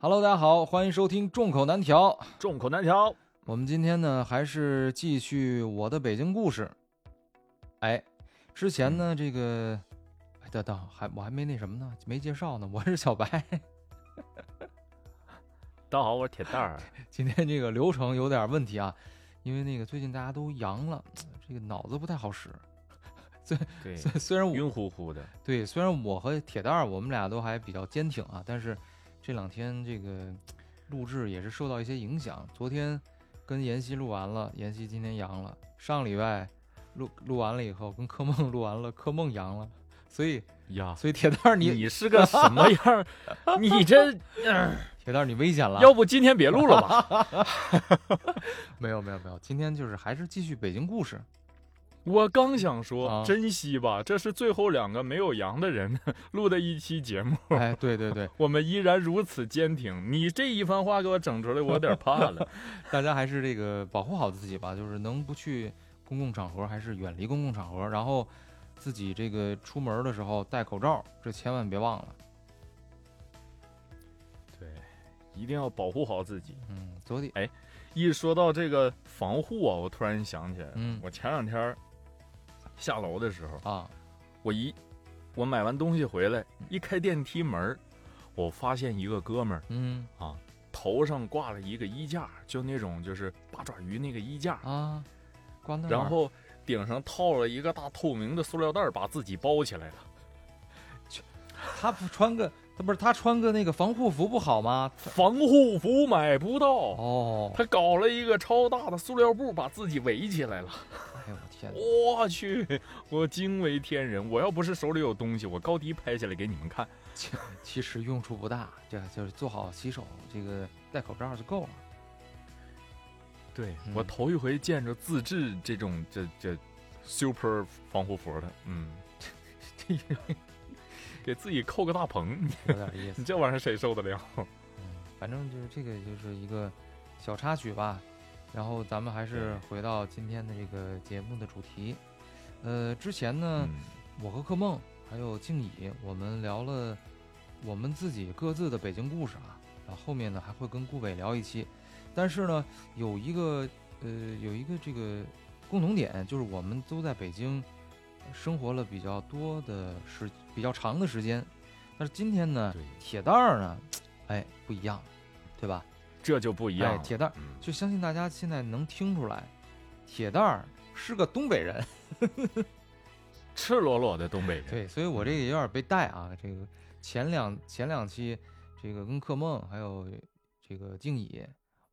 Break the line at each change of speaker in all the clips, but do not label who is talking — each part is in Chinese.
Hello，大家好，欢迎收听《众口难调》。
众口难调。
我们今天呢，还是继续我的北京故事。哎，之前呢，这个，哎，等等，还我还没那什么呢，没介绍呢。我是小白，
大家好，我是铁蛋 儿。
今天这个流程有点问题啊，因为那个最近大家都阳了，这个脑子不太好使。
对，
虽虽然我
晕乎乎的。
对，虽然我和铁蛋儿我们俩都还比较坚挺啊，但是这两天这个录制也是受到一些影响。昨天跟妍希录完了，妍希今天阳了。上礼拜录录完了以后，跟柯梦 录完了，柯梦阳了。所以，
呀，
所以铁蛋儿你
你是个什么样儿？你这 嗯
铁蛋儿你危险了。
要不今天别录了吧？
没有没有没有，今天就是还是继续北京故事。
我刚想
啊
说，珍惜吧，这是最后两个没有阳的人 录的一期节目，
哎，对对对，
我们依然如此坚挺。你这一番话给我整出来，我有点怕了。
大家还是这个保护好自己吧，就是能不去公共场合还是远离公共场合，然后自己这个出门的时候戴口罩，这千万别忘了。
对，一定要保护好自己。
嗯，昨天，
一说到这个防护啊，我突然想起来，
嗯
我前两天儿下楼的时候。
啊，
我一我买完东西回来，
嗯
一开电梯门儿，我发现一个哥们儿
嗯
头上挂了一个衣架，就那种就是八爪鱼那个衣架，
啊，关那儿
然后顶上套了一个大透明的塑料袋儿，把自己包起来了。
他不穿个，他不是他穿个那个防护服不好吗？
防护服买不到，
哦，
他搞了一个超大的塑料布，把自己围起来了。
哎呦我天哪，
我去，我惊为天人！我要不是手里有东西，我高低拍下来给你们看。
其实用处不大，这就是做好洗手，这个戴口罩就够了。
对
嗯
我头一回见着自制这种这这 super 防护服的，嗯， 这个给自己扣个大棚，
有点意思
你。这玩意儿谁受得了？
嗯，反正就是这个就是一个小插曲吧。然后咱们还是回到今天的这个节目的主题。呃，之前呢，
嗯
我和克梦还有静怡，我们聊了我们自己各自的北京故事啊。然后后面呢还会跟顾北聊一期，但是呢有一个呃有一个这个共同点，就是我们都在北京生活了比较多的时比较长的时间。但是今天呢，
对，
铁蛋儿呢，哎，不一样，对吧？
这就不一样
哎，
了。
铁蛋儿
嗯
就相信大家现在能听出来，铁蛋儿是个东北人。
赤裸裸的东北人，
对，所以我这个有点被带啊。这个前两前两期，这个跟克梦还有这个静怡，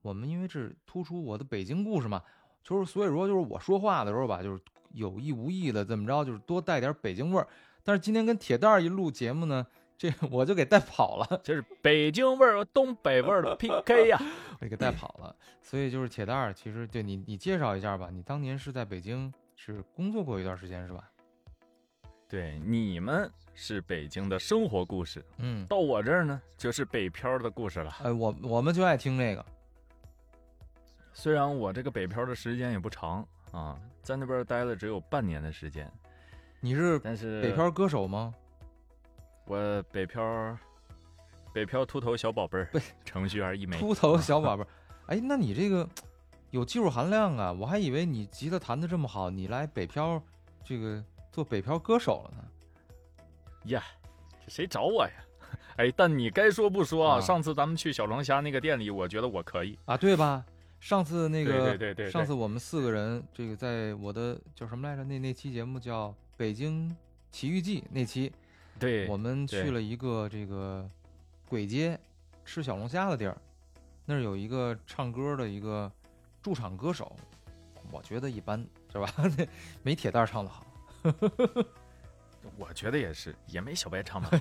我们因为是突出我的北京故事嘛，就是所以说就是我说话的时候吧，就是有意无意的怎么着，就是多带点北京味儿。但是今天跟铁蛋儿一录节目呢，这 我就给带跑了。
这是北京味儿和东北味儿的 PK 呀、
我给带跑了。所以就是铁蛋儿，其实对你，你介绍一下吧。你当年是在北京是工作过一段时间是吧？
对，你们是北京的生活故事，
嗯，
到我这儿呢就是北漂的故事了。
哎，我我们就爱听这个。
虽然我这个北漂的时间也不长啊，在那边待了只有半年的时间，
你是
但是
北漂歌手吗？
我北漂儿，北漂秃头小宝贝儿
不，
程序员一枚。
秃头小宝贝儿。哎，那你这个有技术含量啊！我还以为你吉他弹的这么好，你来北漂这个做北漂歌手了呢。
这谁找我呀？ 哎，但你该说不说啊，
啊
上次咱们去小龙虾那个店里，我觉得我可以。
啊，对吧？上次那个，
对对对对对
上次我们四个人，这个在我的叫什么来着？那那期节目叫《北京奇遇记》那期，
对，
我们
对
去了一个这个鬼街吃小龙虾的地儿，那儿有一个唱歌的一个驻场歌手，我觉得一般，是吧？ 没铁蛋儿唱的好。
我觉得也是，也没小白唱吧。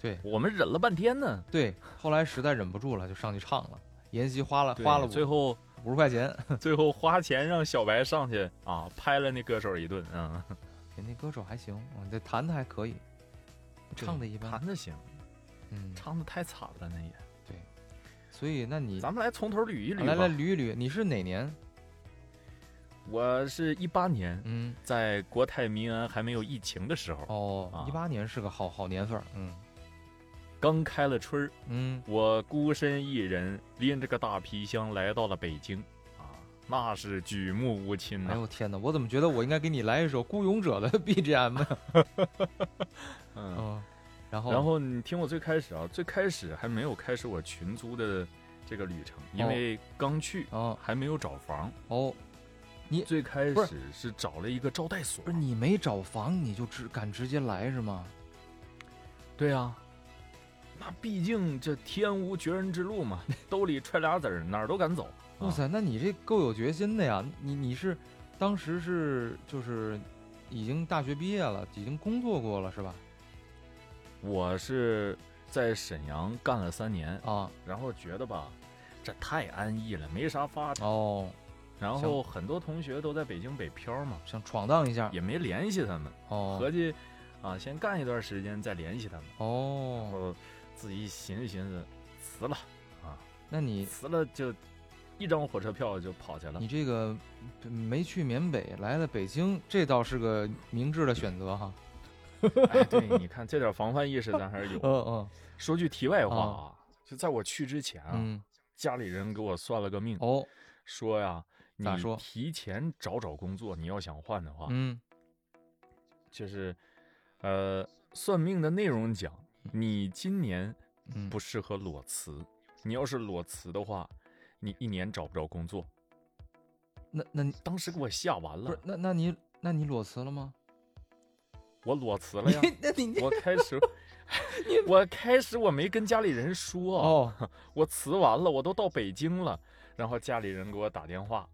对
我们忍了半天呢。
对，后来实在忍不住了，就上去唱了。妍希花了
对
花了
最
五
后
五十块钱，
最后花钱让小白上去啊，拍了那歌手一顿 啊，
人家哎歌手还行，嗯，这弹的还可以，唱的一般。
弹的行，
嗯，
唱的太惨了那也。
所以那你
咱们来从头捋一捋吧。
来来捋一捋，你是哪年？
我是一八年，
嗯，
在国泰民安还没有疫情的时候，
哦，
啊
一八年是个好好年份儿。嗯
刚开了春儿，
嗯，
我孤身一人拎着个大皮箱来到了北京，啊，那是举目无亲呐、
哎呦天哪，我怎么觉得我应该给你来一首《孤勇者》的 BGM 呢？
嗯，
嗯，然后
然后你听我最开始啊，最开始还没有开始我群租的这个旅程，因为刚去
哦
还没有找房，
哦，
最开
不
始是找了一个招待所
不。是你没找房你就直敢直接来是吗？
对啊，那毕竟这天无绝人之路嘛， 兜里揣俩子儿，哪儿都敢走。
哇塞，那你这够有决心的呀！你你是当时是就是已经大学毕业了，已经工作过了是吧？
我是在沈阳干了三年，
啊
然后觉得吧，这太安逸了，没啥发展。
哦，
然后很多同学都在北京北漂嘛，
想闯荡一下
也没联系他们，合
哦
计啊，先干一段时间再联系他们。然
哦，
后自己寻思寻思，辞了，
那你
辞了就一张火车票就跑去了
你。这个没去缅北，来了北京，这倒是个明智的选择哈。
哎，对，你看这点防范意识咱还是有。
嗯嗯
说句题外话啊，就在我去之前啊，
嗯，
家里人给我算了个命，
哦，
说呀，你
咋说
提前找找工作，你要想换的话，
嗯，
就是，呃，算命的内容讲，你今年
嗯
不适合裸辞，你要是裸辞的话，你一年找不着工作。
那那你
当时给我吓完
不是
了，
那那你那你裸辞了吗？
我裸辞 了呀。
那你
我开始，我开始我没跟家里人说，
哦，
我辞完了，我都到北京了，然后家里人给我打电话，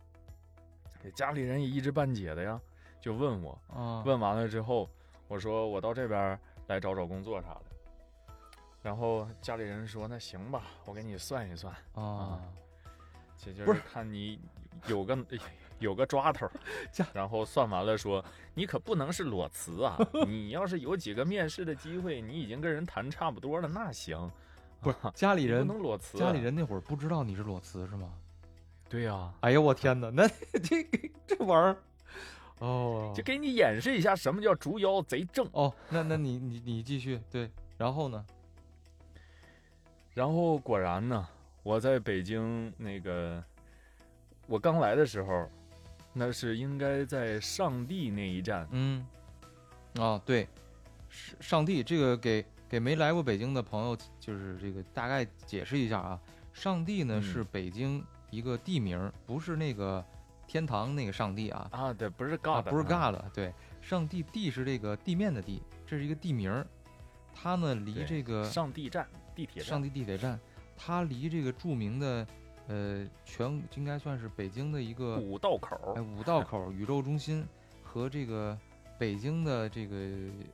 家里人也一知半解的呀，就问我，
啊，
问完了之后，我说我到这边儿来找找工作啥的，然后家里人说那行吧，我给你算一算，
啊，
这就
不
是
是
看你 有个有个抓头儿
家，
然后算完了说你可不能是裸辞 啊！你要是有几个面试的机会，你已经跟人谈差不多了，那行。
不是家里
啊你不
人
能裸辞啊、
家里人那会儿不知道你是裸辞是吗？
对呀、
哎呀，我天哪，那 这个这玩意儿，哦，
就给你演示一下什么叫竹腰贼正。
哦，那那你你你继续对，然后呢？
然后果然呢，我在北京那个，我刚来的时候，那是应该在上地那一站，
嗯，啊，对，是上帝这个给给没来过北京的朋友，就是这个大概解释一下啊。上帝呢、
嗯
是北京一个地名儿，不是那个天堂那个上帝啊，
啊，对，不是
啊
尬的，
不是
啊
尬的，对，上帝地是这个地面的地，这是一个地名儿。它呢离
对
这个
上地站，地铁站，
上帝地铁站，它离这个著名的呃全应该算是北京的一个
五道口
哎，，五道口宇宙中心和这个北京的这个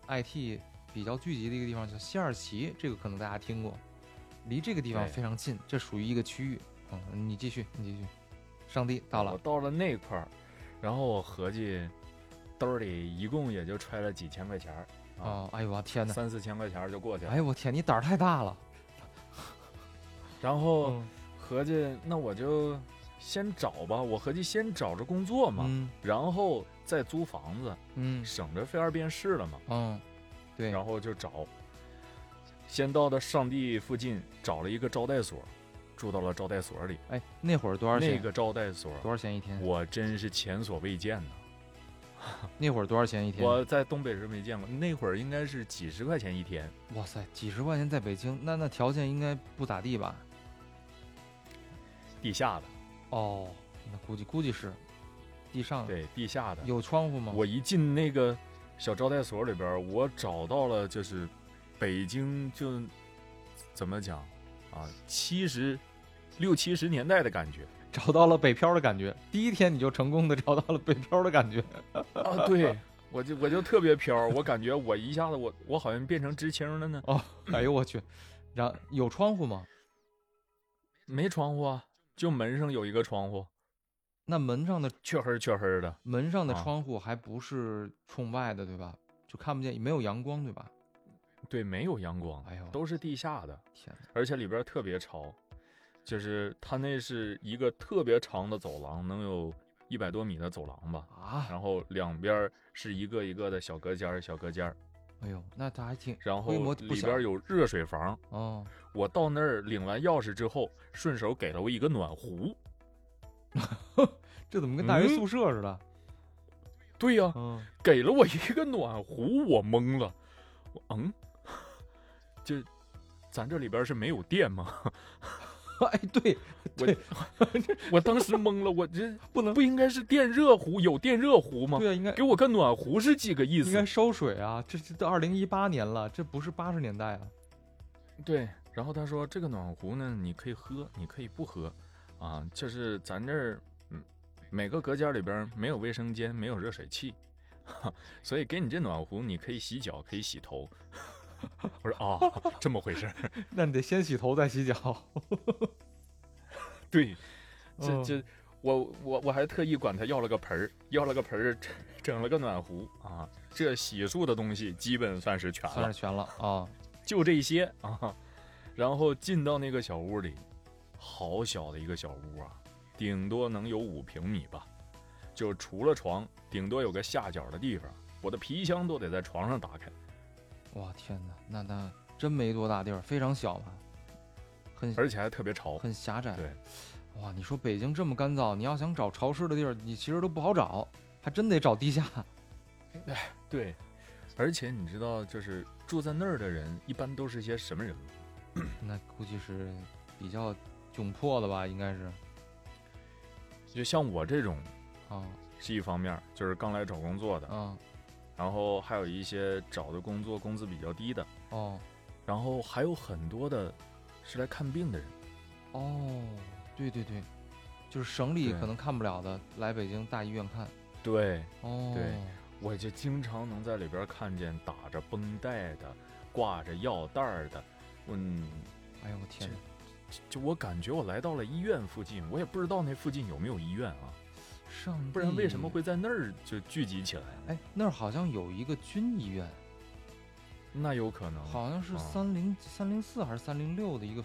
IT 比较聚集的一个地方叫西二旗，这个可能大家听过，离这个地方
对
非常近，这属于一个区域。嗯，你继续，你继续。上帝到
我
了，
到了那块儿，然后我合计，兜里一共也就揣了几千块钱儿啊，
哦，哎呦我天哪！
三四千块钱儿就过去了。
哎呦我天，你胆儿太大了。
然后
嗯
合计，那我就先找吧，我合计先找着工作嘛，
嗯
然后再租房子，
嗯
省着费二遍事了嘛。
嗯，对，
然后就找，先到的上地附近找了一个招待所，住到了招待所里。
哎，那会儿多少钱？
那个招待所，
多少钱一天？
我真是前所未见呐！
那会儿多少钱一天？
我在东北是没见过，那会儿应该是几十块钱一天。
哇塞，几十块钱在北京，那那条件应该不咋地吧？
地下的，
哦，那估计估计是，地上
对，地下的。
嗯有窗户吗？
我一进那个小招待所里边儿，我找到了就是北京就怎么讲啊，七十六七十年代的感觉
找到了北漂的感觉，第一天你就成功的找到了北漂的感觉。
啊，对。我就我就特别飘儿，我感觉我一下子我我好像变成知青了呢，
哦，哎呦我去，然有窗户吗？
没窗户啊，就门上有一个窗户，
那门上的
雀黑儿雀黑儿的，
门上的
啊
窗户还不是冲外的，对吧？就看不见，没有阳光，对吧？
对，没有阳光，
哎呦，
都是地下的，
天哪！
而且里边儿特别潮，就是它那是一个特别长的走廊，能有一百多米的走廊吧，
啊，
然后两边儿是一个一个的小隔间儿，小隔间儿，
哎呦，那他还挺
然
规模
后
不
里
小
边有热水房。
哦，
我到那儿领完钥匙之后，顺手给了我一个暖壶。
这怎么跟大学
嗯
宿舍似的？
对 呀、
嗯，
给了我一个暖壶，我懵了，我嗯，就咱这里边是没有电吗？
哎，对，
我当时懵了，我这
不能
不应该是电热壶，有电热壶吗？
对啊，应该
给我个暖壶是几个意
应该
思？
烧水啊，这这都二零一八年了，这不是八十年代啊。
对，然后他说这个暖壶呢，你可以喝，你可以不喝，啊，就是咱这儿，嗯，每个隔间里边没有卫生间，没有热水器，哈，所以给你这暖壶，你可以洗脚，可以洗头。 我说哦，这么回事儿，
那你得先洗头再洗脚。
对，
嗯
这这，我我我还特意管他要了个盆儿，要了个盆儿，整整了个暖壶啊。这洗漱的东西基本算是全
算
了
是，全了啊。
就这些啊。然后进到那个小屋里，好小的一个小屋啊，顶多能有五平米吧，就除了床，顶多有个下脚的地方。我的皮箱都得在床上打开，
哇天哪，那那真没多大地儿，非常小嘛，很
而且还特别潮。
很狭窄。
对，
哇，你说北京这么干燥，你要想找潮湿的地儿，你其实都不好找，还真得找地下。
对，而且你知道，就是住在那儿的人，一般都是些什么人吗？
那估计是比较窘迫的吧，应该是
就像我这种
啊
是一方面儿，就是刚来找工作的，
啊
然后还有一些找的工作工资比较低的，
哦
然后还有很多的是来看病的人。
哦，对对对，就是省里
对
可能看不了的，来北京大医院看。
对，
哦，
对我就经常能在里边看见打着绷带的，挂着药袋儿的，嗯，
哎呦我天哪，
就我感觉我来到了医院附近，我也不知道那附近有没有医院啊，
上
不然为什么
帝
会在那儿就聚集起来？
哎，那儿好像有一个军医院，
那有可能，
好像是
啊
三零三零四还是三零六的一个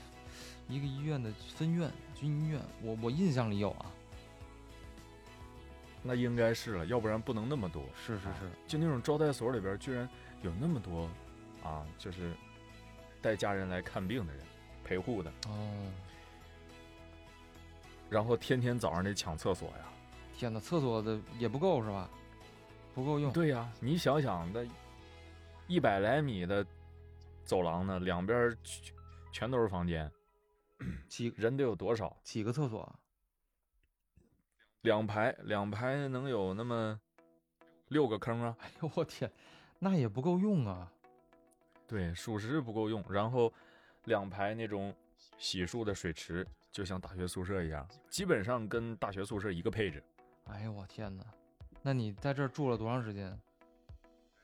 一个医院的分院，军医院。我我印象里有啊，
那应该是了，要不然不能那么多。
是是是，
就那种招待所里边儿居然有那么多啊，就是带家人来看病的人，陪护的，
哦，
然后天天早上得抢厕所呀。
天哪，厕所的也不够是吧？不够用。
对呀、你想想那一百来米的走廊呢，两边儿全全都是房间，
几
人得有多少？
几个厕所啊？
两排两排能有那么六个坑啊？
哎呦我天，那也不够用啊。
对，属实不够用。然后两排那种洗漱的水池，就像大学宿舍一样，基本上跟大学宿舍一个配置。
哎呦我天哪，那你在这儿住了多长时间？啊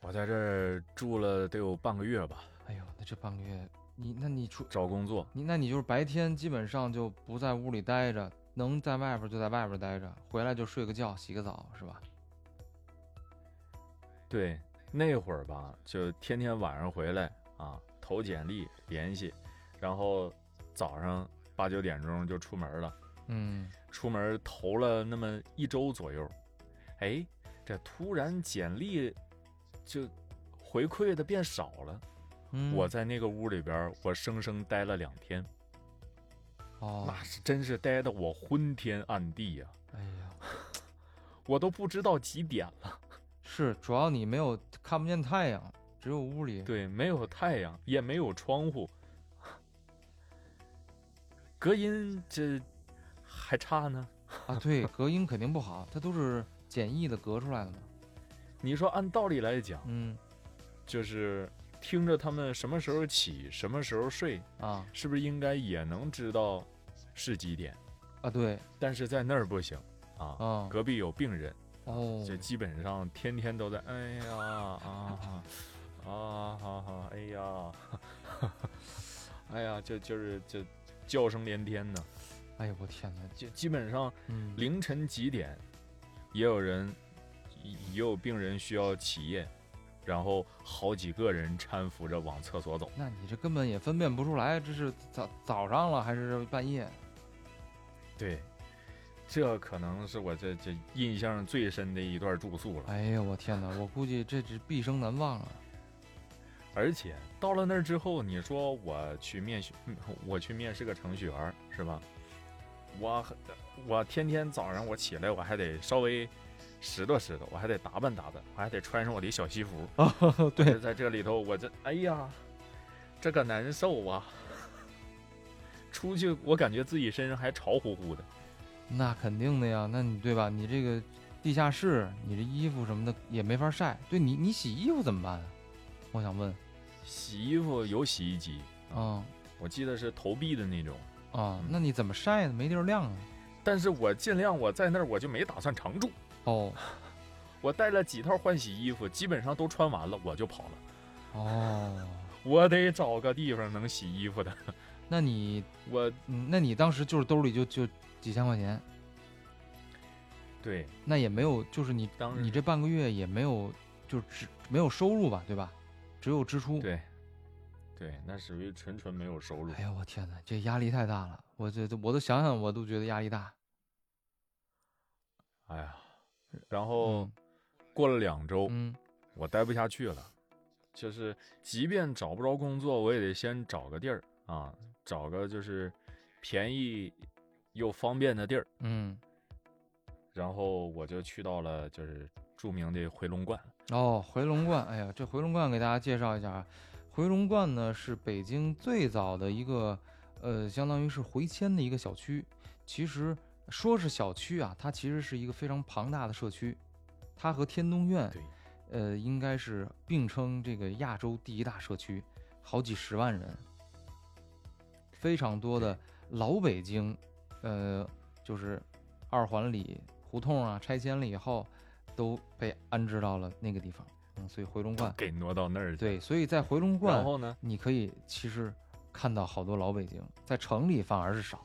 我在这儿住了得有半个月吧，
哎呦，那这半个月，你那你出
找工作。
你那你就是白天基本上就不在屋里待着，能在外边就在外边待着，回来就睡个觉、洗个澡是吧？
对，那会儿吧，就天天晚上回来啊，投简历联系，然后早上八九点钟就出门了。
嗯，
出门投了那么一周左右，哎，这突然简历就回馈的变少了。
嗯
我在那个屋里边儿，我生生待了两天，
哦，
那是真是待的我昏天暗地呀、
哎呀，
我都不知道几点了。
是主要你没有看不见太阳，只有屋里。
对，没有太阳，也没有窗户，隔音这还差呢。
啊，对，隔音肯定不好，它都是简易的隔出来的嘛。
嗯你说按道理来讲，
嗯
就是听着他们什么时候起，什么时候睡，
啊
是不是应该也能知道是几点？
啊，对
但是在那儿不行啊，
啊
隔壁有病人，
哦
这基本上天天都在，哎呀啊啊啊，哎呀， 哎呀，这就是这叫声连天呢。
哎呦我天哪，
就基本上
嗯
凌晨几点，也有人也有病人需要起夜，然后好几个人搀扶着往厕所走。
那你这根本也分辨不出来，这是早早上了还是半夜？
对，这可能是我这这印象最深的一段住宿了。
啊哎呀，我天哪！我估计这是毕生难忘了。
而且到了那儿之后，你说我去面试，嗯我去面试个程序员儿是吧？我我天天早上我起来，我还得稍微拾掇拾掇，我还得打扮打扮，我还得穿上我的小西服。
哦，对，
在这里头，我这哎呀，这个难受啊！ 出去我感觉自己身上还潮乎乎的。
那肯定的呀，那你对吧？你这个地下室，你这衣服什么的也没法晒。对你，你洗衣服怎么办啊？我想问。
洗衣服有洗衣机，
啊
我记得是投币的那种，
啊，那你怎么晒呢？没地儿晾啊。
但是我尽量我在那儿我就没打算常住，
哦
我带了几套换洗衣服，基本上都穿完了我就跑了。
哦，
我得找个地方能洗衣服的。
那你，
我
嗯，那你当时就是兜里就就几千块钱，
对
那也没有，就是你
当时
你这半个月也没有，就只没有收入吧，对吧？只有支出。。
对对，那属于纯纯没有收入
哎。呀，我天哪，这压力太大了，我这这我都想想我都觉得压力大。
哎呀，然后过了两周，
嗯，
我待不下去了，就是即便找不着工作，我也得先找个地儿啊，找个就是便宜又方便的地儿。
嗯
然后我就去到了就是著名的回龙观，
嗯，哦，回龙观，哎呀，这回龙观给大家介绍一下啊，回龙观呢是北京最早的一个，呃，相当于是回迁的一个小区。其实说是小区啊，它其实是一个非常庞大的社区，它和天通苑
对，
呃，应该是并称这个亚洲第一大社区，好几十万人，非常多的老北京，呃，就是二环里胡同啊，拆迁了以后都被安置到了那个地方，嗯，所以回龙观，
给挪到那儿去。，
对，所以在回龙
然
观，
后呢，
你可以其实看到好多老北京，在城里反而是少，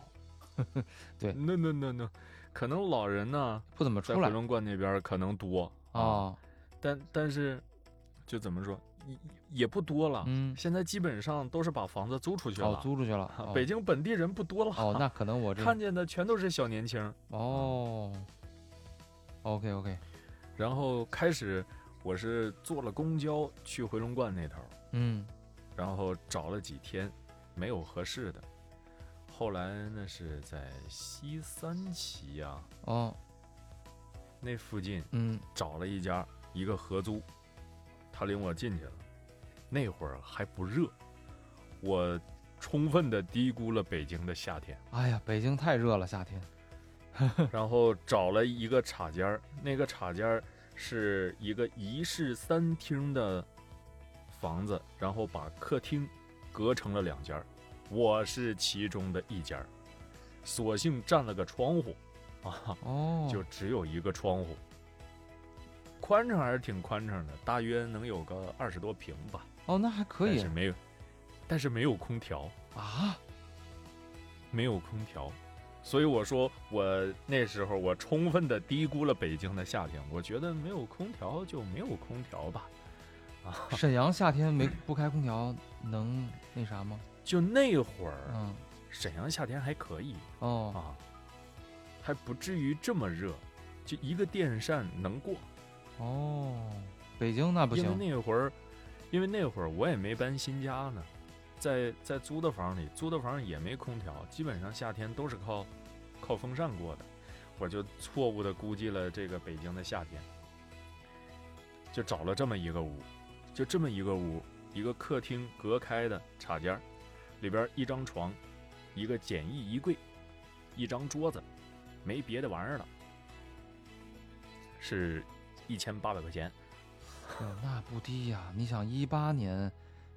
对
那那那那，可能老人呢
不怎么
在
出
回
来
龙观那边可能多
啊、，哦，
但但是就怎么说，也也不多了。
嗯，
现在基本上都是把房子租出啊去了，
哦，租出去了，
啊
哦
北京本地人不多了。
哦，那可能 我这
看见的全都是小年轻。
哦，OK 哦 OK，
然后开始我是坐了公交去回龙观那头，
嗯
然后找了几天没有合适的，后来那是在西三旗呀、
哦
那附近
嗯
找了一家一个合租，他领我进去了，那会儿还不热，我充分的低估了北京的夏天。
哎呀，北京太热了，夏天。
然后找了一个插间儿，那个插间儿是一个一室三厅的房子，然后把客厅隔成了两间儿，我是其中的一间儿，索性占了个窗户，啊，
哦，
就只有一个窗户，宽敞还是挺宽敞的，大约能有个二十多平吧，
哦，那还可
但
以
是没有，但是没有空调，
啊。
没有空调，所以我说我那时候我充分的低估了北京的夏天，我觉得没有空调就没有空调吧，啊，
沈阳夏天没不开空调能那啥吗？
就那会儿
嗯，
沈阳夏天还可以
哦，
啊，还不至于这么热，就一个电扇能过，
哦，北京那不
因为
行。
那会儿，因为那会儿我也没搬新家呢。在在租的房里，租的房也没空调，基本上夏天都是靠靠风扇过的。我就错误的估计了这个北京的夏天，就找了这么一个屋，就这么一个屋，一个客厅隔开的插间儿，里边一张床，一个简易衣柜，一张桌子，没别的玩意儿了，是一千八百块钱。
哎呦那不低呀、你想一八年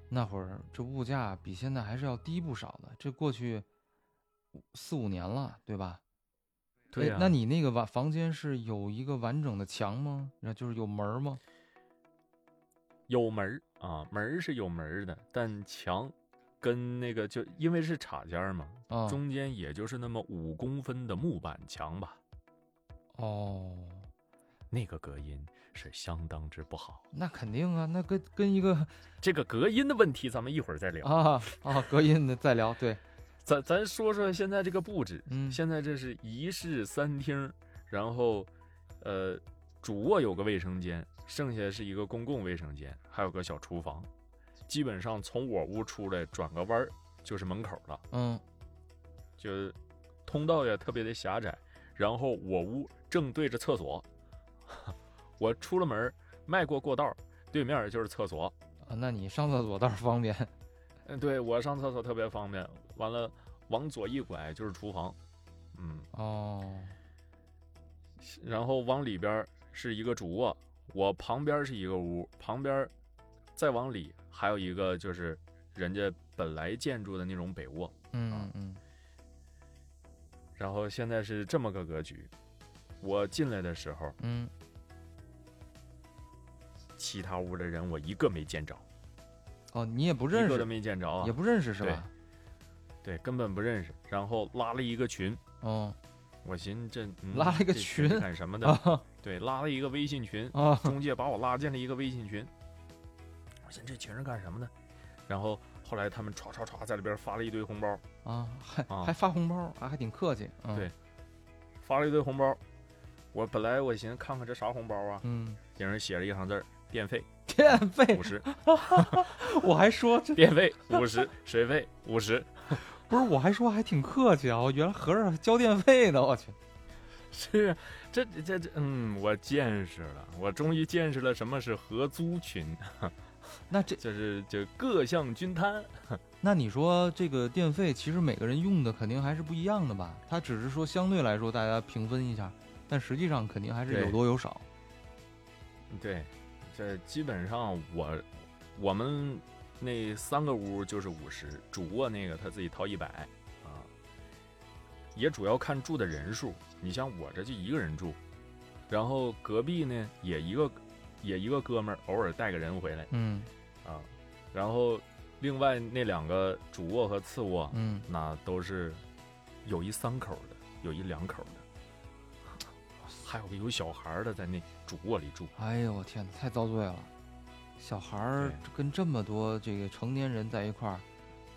那会儿，这物价比现在还是要低不少的。这过去五四五年了，对吧？
对
哎
呀、
那你那个完房间是有一个完整的墙吗？然后就是有门儿吗？
有门儿啊，门儿是有门儿的，但墙跟那个就因为是插间儿嘛，
啊、
中间也就是那么五公分的木板墙吧，
哦，
那个隔音是相当之不好。
那肯定啊，那跟跟一个
这个隔音的问题咱们一会儿再聊，
啊啊隔音的再聊，对，
咱咱说说现在这个布置，
嗯，
现在这是一室三厅，然后呃主卧有个卫生间，剩下是一个公共卫生间，还有个小厨房，基本上从我屋出来转个弯儿就是门口了，
嗯
就是通道也特别的狭窄，然后我屋正对着厕所， 我出了门儿迈过过道儿，对面就是厕所，
啊，那你上厕所倒是方便。
嗯，对我上厕所特别方便。完了，往左一拐就是厨房，嗯，
哦，
然后往里边儿是一个主卧，我旁边儿是一个屋，旁边儿再往里还有一个就是人家本来建筑的那种北卧，啊
嗯嗯
然后现在是这么个格局。我进来的时候，
嗯，
其他屋的人我一个没见着，
哦，你也不
一
认
个都
识，
没见着啊
也，不认识是
对
吧？
对，根本不认识。然后拉了一个群，
哦
我寻思这、嗯
拉了一个
这群哦是
群
干什么的？
啊
对，拉了一个微信群，
啊，
中介把我拉进了一个微信群。我寻思这群人干什么呢？然后后来他们歘歘歘在里边发了一堆红包，
啊，还
啊
还发红包啊，还挺客气。嗯
对发了一堆红包。我本来我寻思看看这啥红包啊，
嗯，
有人写了一行字儿：电费
电费
五， 十，
我还说这
电费五十，水费五十。
不是，我还说还挺客气啊，我原来合着交电费呢，我去。
是，这这这，嗯，我见识了，我终于见识了什么是合租群，
那这
就是就各项均摊。
那你说这个电费，其实每个人用的肯定还是不一样的吧？它只是说相对来说大家平分一下，但实际上肯定还是
对
有多有少。
对，这基本上我我们那三个屋就是五十，主卧那个他自己掏一百啊，也主要看住的人数。你像我这就一个人住，然后隔壁呢也一个也一个哥们儿偶尔带个人回来
嗯
啊，然后另外那两个主卧和次卧
嗯，
那都是有一三口的，有一两口的， 还有个有小孩儿的在那主卧里住。
哎呦我天哪，太遭罪了！小孩儿
对
跟这么多这个成年人在一块儿，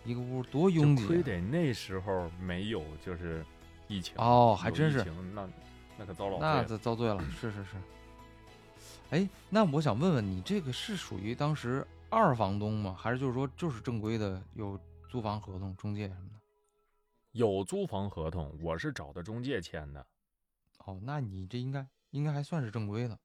一个屋多
就
拥
亏
挤
得那时候没有就是疫情
啊！，哦，
有
还真
疫
是，
情那那可糟老
那
了。
遭遭罪了，是是是。哎，那我想问问你，这个是属于当时二房东吗？还是就是说就是正规的有租房合同、中介什么的？
有租房合同，我是找的中介签的。
哦，那你这应该应该还算是正规的。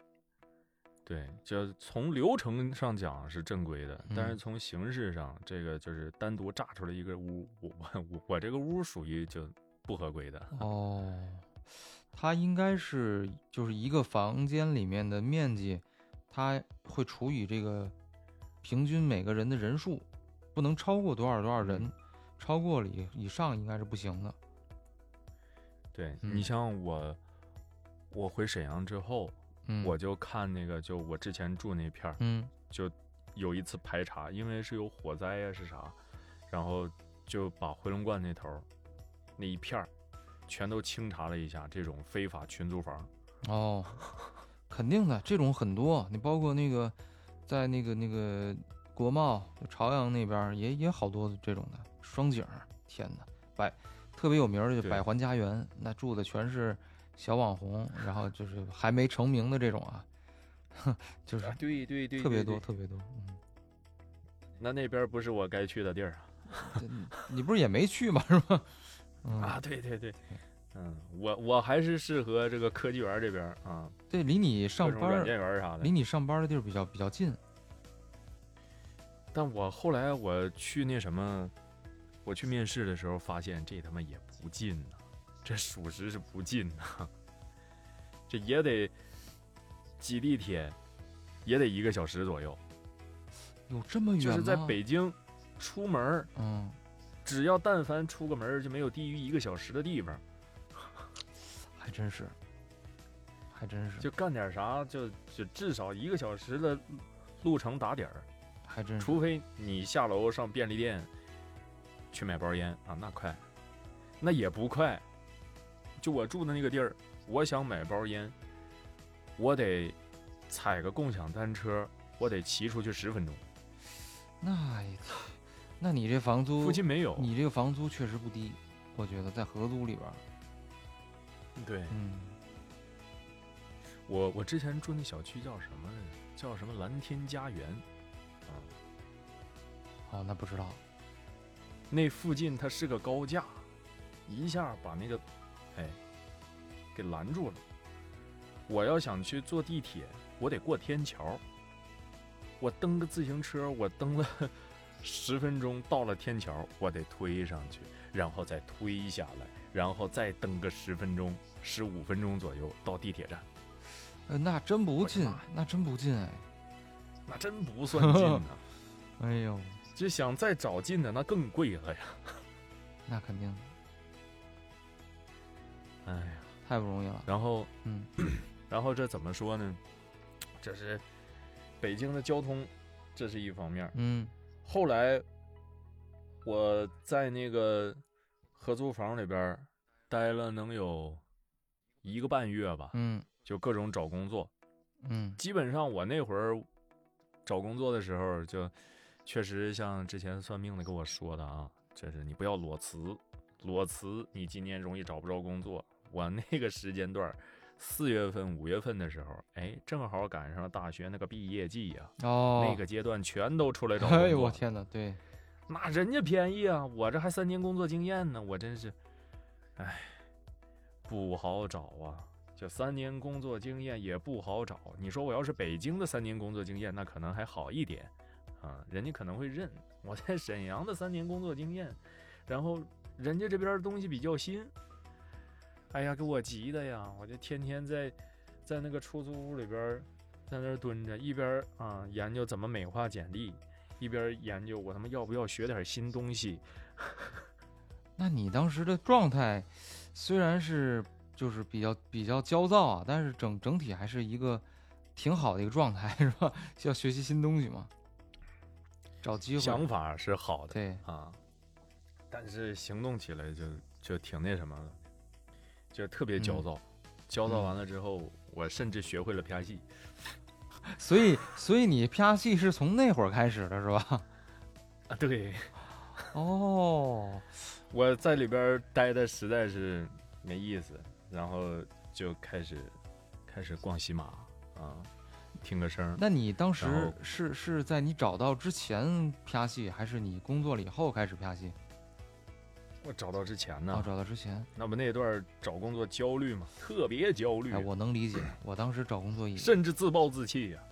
对，就从流程上讲是正规的，
嗯
但是从形式上，这个就是单独炸出来一个屋，我我我我这个屋属于就不合规的。
哦，它应该是就是一个房间里面的面积，它会除以这个平均每个人的人数，不能超过多少多少人，超过了以以上应该是不行的。
对
嗯
你像我，我回沈阳之后，
嗯，
我就看那个，就我之前住那片儿，
嗯
就有一次排查，因为是有火灾呀、是啥，然后就把回龙观那头儿那一片儿全都清查了一下，这种非法群租房。
哦，肯定的，这种很多，你包括那个在那个那个国贸就朝阳那边儿也也好多这种的双井儿，天哪，百特别有名儿的就
对
百环家园，那住的全是小网红，然后就是还没成名的这种啊， 就是
啊对对对
特别多。特别多。嗯，
那那边儿不是我该去的地儿啊？
这你不是也没去吗？是吧？嗯，
啊，对对对，嗯，我我还是适合这个科技园儿这边儿啊，
对，离你
各
上
种
班
软
儿
件园儿啥的
离。你上班儿的地儿比较比较近。
但我后来我去那什么，我去面试的时候发现这他妈也不近呐、这属实是不近呐、 这也得挤地铁，也得一个小时左右。
有这么远
就
吗？
是在北京，出门儿
嗯，
只要但凡出个门儿就没有低于一个小时的地方，
还真是，还真是，
就干点啥就就至少一个小时的路程打底儿，
还真是。
除非你下楼上便利店去买包烟啊，那快，那也不快。就我住的那个地儿，我想买包烟，我得踩个共享单车，我得骑出去十分钟，
那也挺，那你这房租
附，近没有。
你这个房租确实不低，我觉得在合租里边儿，
对
嗯，
我，我之前住那小区叫什么来着？叫什么蓝天家园啊？
哦，那不知道。
那附近它是个高架，一下把那个，哎，给拦住了。我要想去坐地铁，我得过天桥。我蹬个自行车，我蹬了 十分钟，到了天桥，我得推上去，然后再推下来，然后再蹬个十分钟、十五分钟左右到地铁站。
呃，那真不
我的
近
妈呀，
那真不近哎。
那真不算近呐、
哎呦，
就想再找近的，那更贵了呀。
那肯定
哎呀，
太不容易了。
然后
嗯，
然后这怎么说呢？这是北京的交通，这是一方面儿。
嗯
后来我在那个合租房里边儿待了能有一个半月吧，
嗯
就各种找工作。
嗯
基本上我那会儿找工作的时候，就确实像之前算命的跟我说的啊，就是你不要裸辞，裸辞你今年容易找不着工作。我那个时间段儿，四月份、五月份的时候，哎，正好赶上了大学那个毕业季呀、
哦，
那个阶段全都出来找工作。
哎呦我天哪，对，
那人家便宜啊，我这还三年工作经验呢，我真是，哎，不好找啊。这三年工作经验也不好找。你说我要是北京的三年工作经验，那可能还好一点，啊，人家可能会认。我在沈阳的三年工作经验，然后人家这边儿东西比较新，哎呀，给我急的呀！我就天天在在那个出租屋里边儿，在那儿蹲着，一边儿啊研究怎么美化简历，一边儿研究我他妈要不要学点儿新东西。
那你当时的状态虽然是就是比较比较焦躁啊，但是整整体还是一个挺好的一个状态，是吧？ 需要学习新东西嘛，找机会。
想法是好的
对，
啊，但是行动起来就就挺那什么的，就特别焦
嗯
躁。焦躁
嗯
完了之后，我甚至学会了啪戏。
所以所以你啪戏是从那会儿开始的，是吧？
啊，对，
哦，
我在里边儿待的实在是没意思，然后就开始开始逛喜马啊，听个声儿。
那你当
然
时
后
是是在你找到之前啪戏，还是你工作了以后开始啪戏？
我找到之前呢，
哦，找到之前，
啊那不那段儿找工作焦虑嘛，特别焦虑，啊
哎，我能理解，我当时找工作也
甚至自暴自弃啊呀、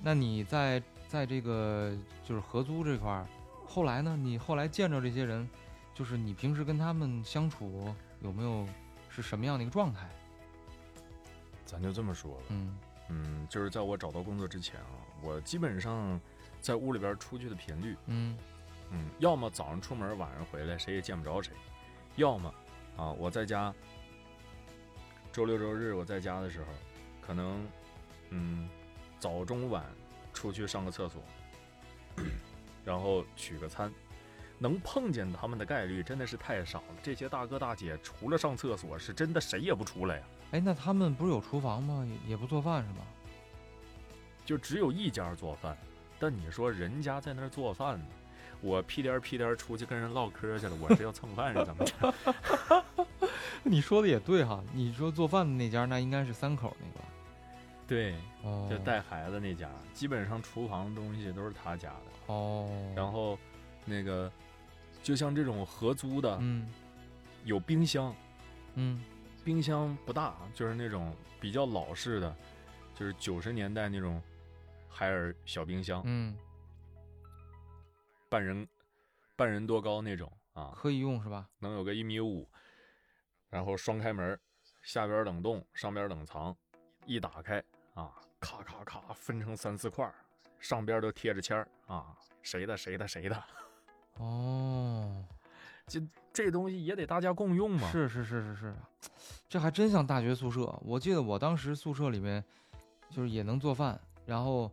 那你在在这个就是合租这块儿，后来呢？你后来见着这些人，就是你平时跟他们相处有没有是什么样的一个状态？
咱就这么说吧，
嗯
嗯，就是在我找到工作之前啊，我基本上在屋里边儿出去的频率，
嗯
嗯，要么早上出门，晚上回来，谁也见不着谁；要么啊，我在家，周六周日我在家的时候，可能嗯，早中晚出去上个厕所，然后取个餐，能碰见他们的概率真的是太少了。这些大哥大姐除了上厕所，是真的谁也不出来呀、啊
哎，那他们不是有厨房吗？也也不做饭是吧？
就只有一家做饭。但你说人家在那儿做饭呢，我屁颠儿屁颠儿出去跟人唠嗑去了，我是要蹭饭是怎么着？
你说的也对哈，你说做饭的那家那应该是三口那个吧
对，
哦，
就带孩子那家，基本上厨房的东西都是他家的。
哦，
然后，那个，就像这种合租的，
嗯
有冰箱，
嗯
冰箱不大，啊就是那种比较老式的，就是九十年代那种海尔小冰箱，
嗯，
半人半人多高那种啊，
可以用是吧？
能有个一米五，然后双开门儿，下边儿冷冻，上边儿冷藏，一打开啊，咔咔咔分成三四块儿，上边儿都贴着签儿啊，谁的谁的谁的，
哦，
这东西也得大家共用嘛。
是是是是是，这还真像大学宿舍。我记得我当时宿舍里面就是也能做饭，然后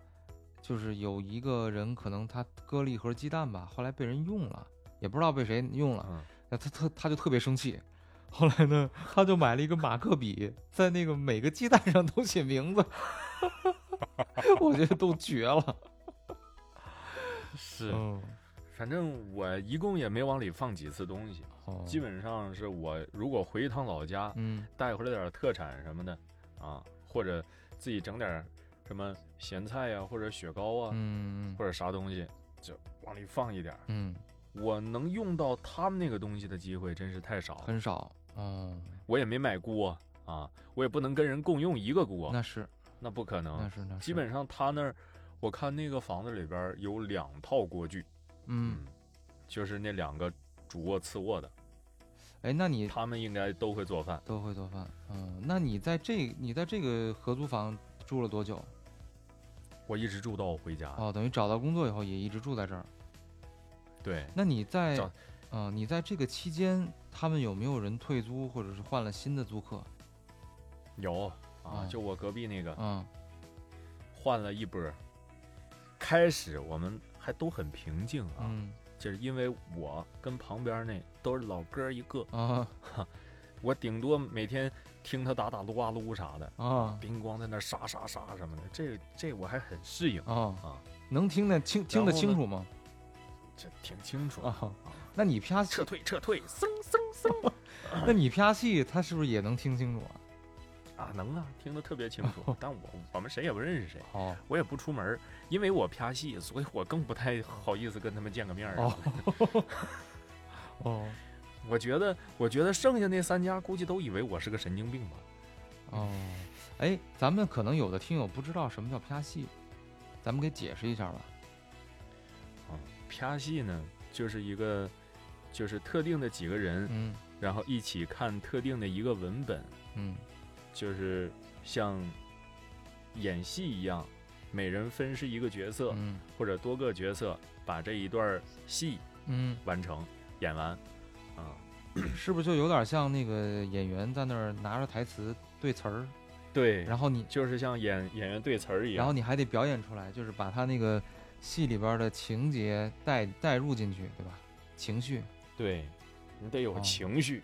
就是有一个人可能他搁了一盒鸡蛋吧，后来被人用了，也不知道被谁用了，
嗯，
那他特他就特别生气。后来呢，他就买了一个马克笔，在那个每个鸡蛋上都写名字， 我觉得都绝了。
是
嗯，
反正我一共也没往里放几次东西，
哦
基本上是我如果回一趟老家，
嗯
带回来点儿特产什么的啊，或者自己整点儿什么咸菜呀、或者雪糕啊，
嗯
或者啥东西，就往里放一点儿。
嗯，
我能用到他们那个东西的机会真是太少了。
很少哦，
我也没买锅啊，我也不能跟人共用一个锅，
那是
那不可能
那。是那是，
嗯
嗯
基本上他那儿，我看那个房子里边儿有两套锅具，
嗯，，
就是那两个主卧次卧的，
哎，那你
他们应该都会做饭。
都会做饭，嗯，那你在这你在这个合租房住了多久？
我一直住到我回家，
哦，等于找到工作以后也一直住在这儿。
对，
那你在
找，
嗯、你在这个期间，他们有没有人退租或者是换了新的租客？
有啊
哦，
就我隔壁那个
嗯
换了一波儿。开始我们还都很平静啊，
嗯
就是因为我跟旁边儿那都是老哥儿一个，
啊
我顶多每天听他打打撸啊撸啥的，
啊
冰光在那杀杀杀什么的，这这我还很适应，
啊
啊！
能听得清听得
然后呢
清楚吗？
这挺清楚。
啊，那你啪戏
撤， 退，撤退，噌噌噌
那你啪戏，他是不是也能听清楚啊？
啊，能啊，听得特别清楚。但我我们谁也不认识谁，
哦
我也不出门儿，因为我啪戏，所以我更不太好意思跟他们见个面儿。
哦 哦
我觉得，我觉得剩下那三家估计都以为我是个神经病吧。
哦，哎，咱们可能有的听友不知道什么叫啪戏，咱们给解释一下吧。
啊，啪戏呢，就是一个，就是特定的几个人，
嗯
然后一起看特定的一个文本，
嗯
就是像演戏一样，每人分饰一个角色、
嗯
或者多个角色，把这一段儿戏
嗯，
完成演完。啊，
是不是就有点像那个演员在那儿拿着台词对词儿，
对，
然后你
就是像演演员对词儿一样。
然后你还得表演出来，就是把他那个戏里边儿的情节带带入进去，对吧？情绪，
对，你得有
哦
情绪。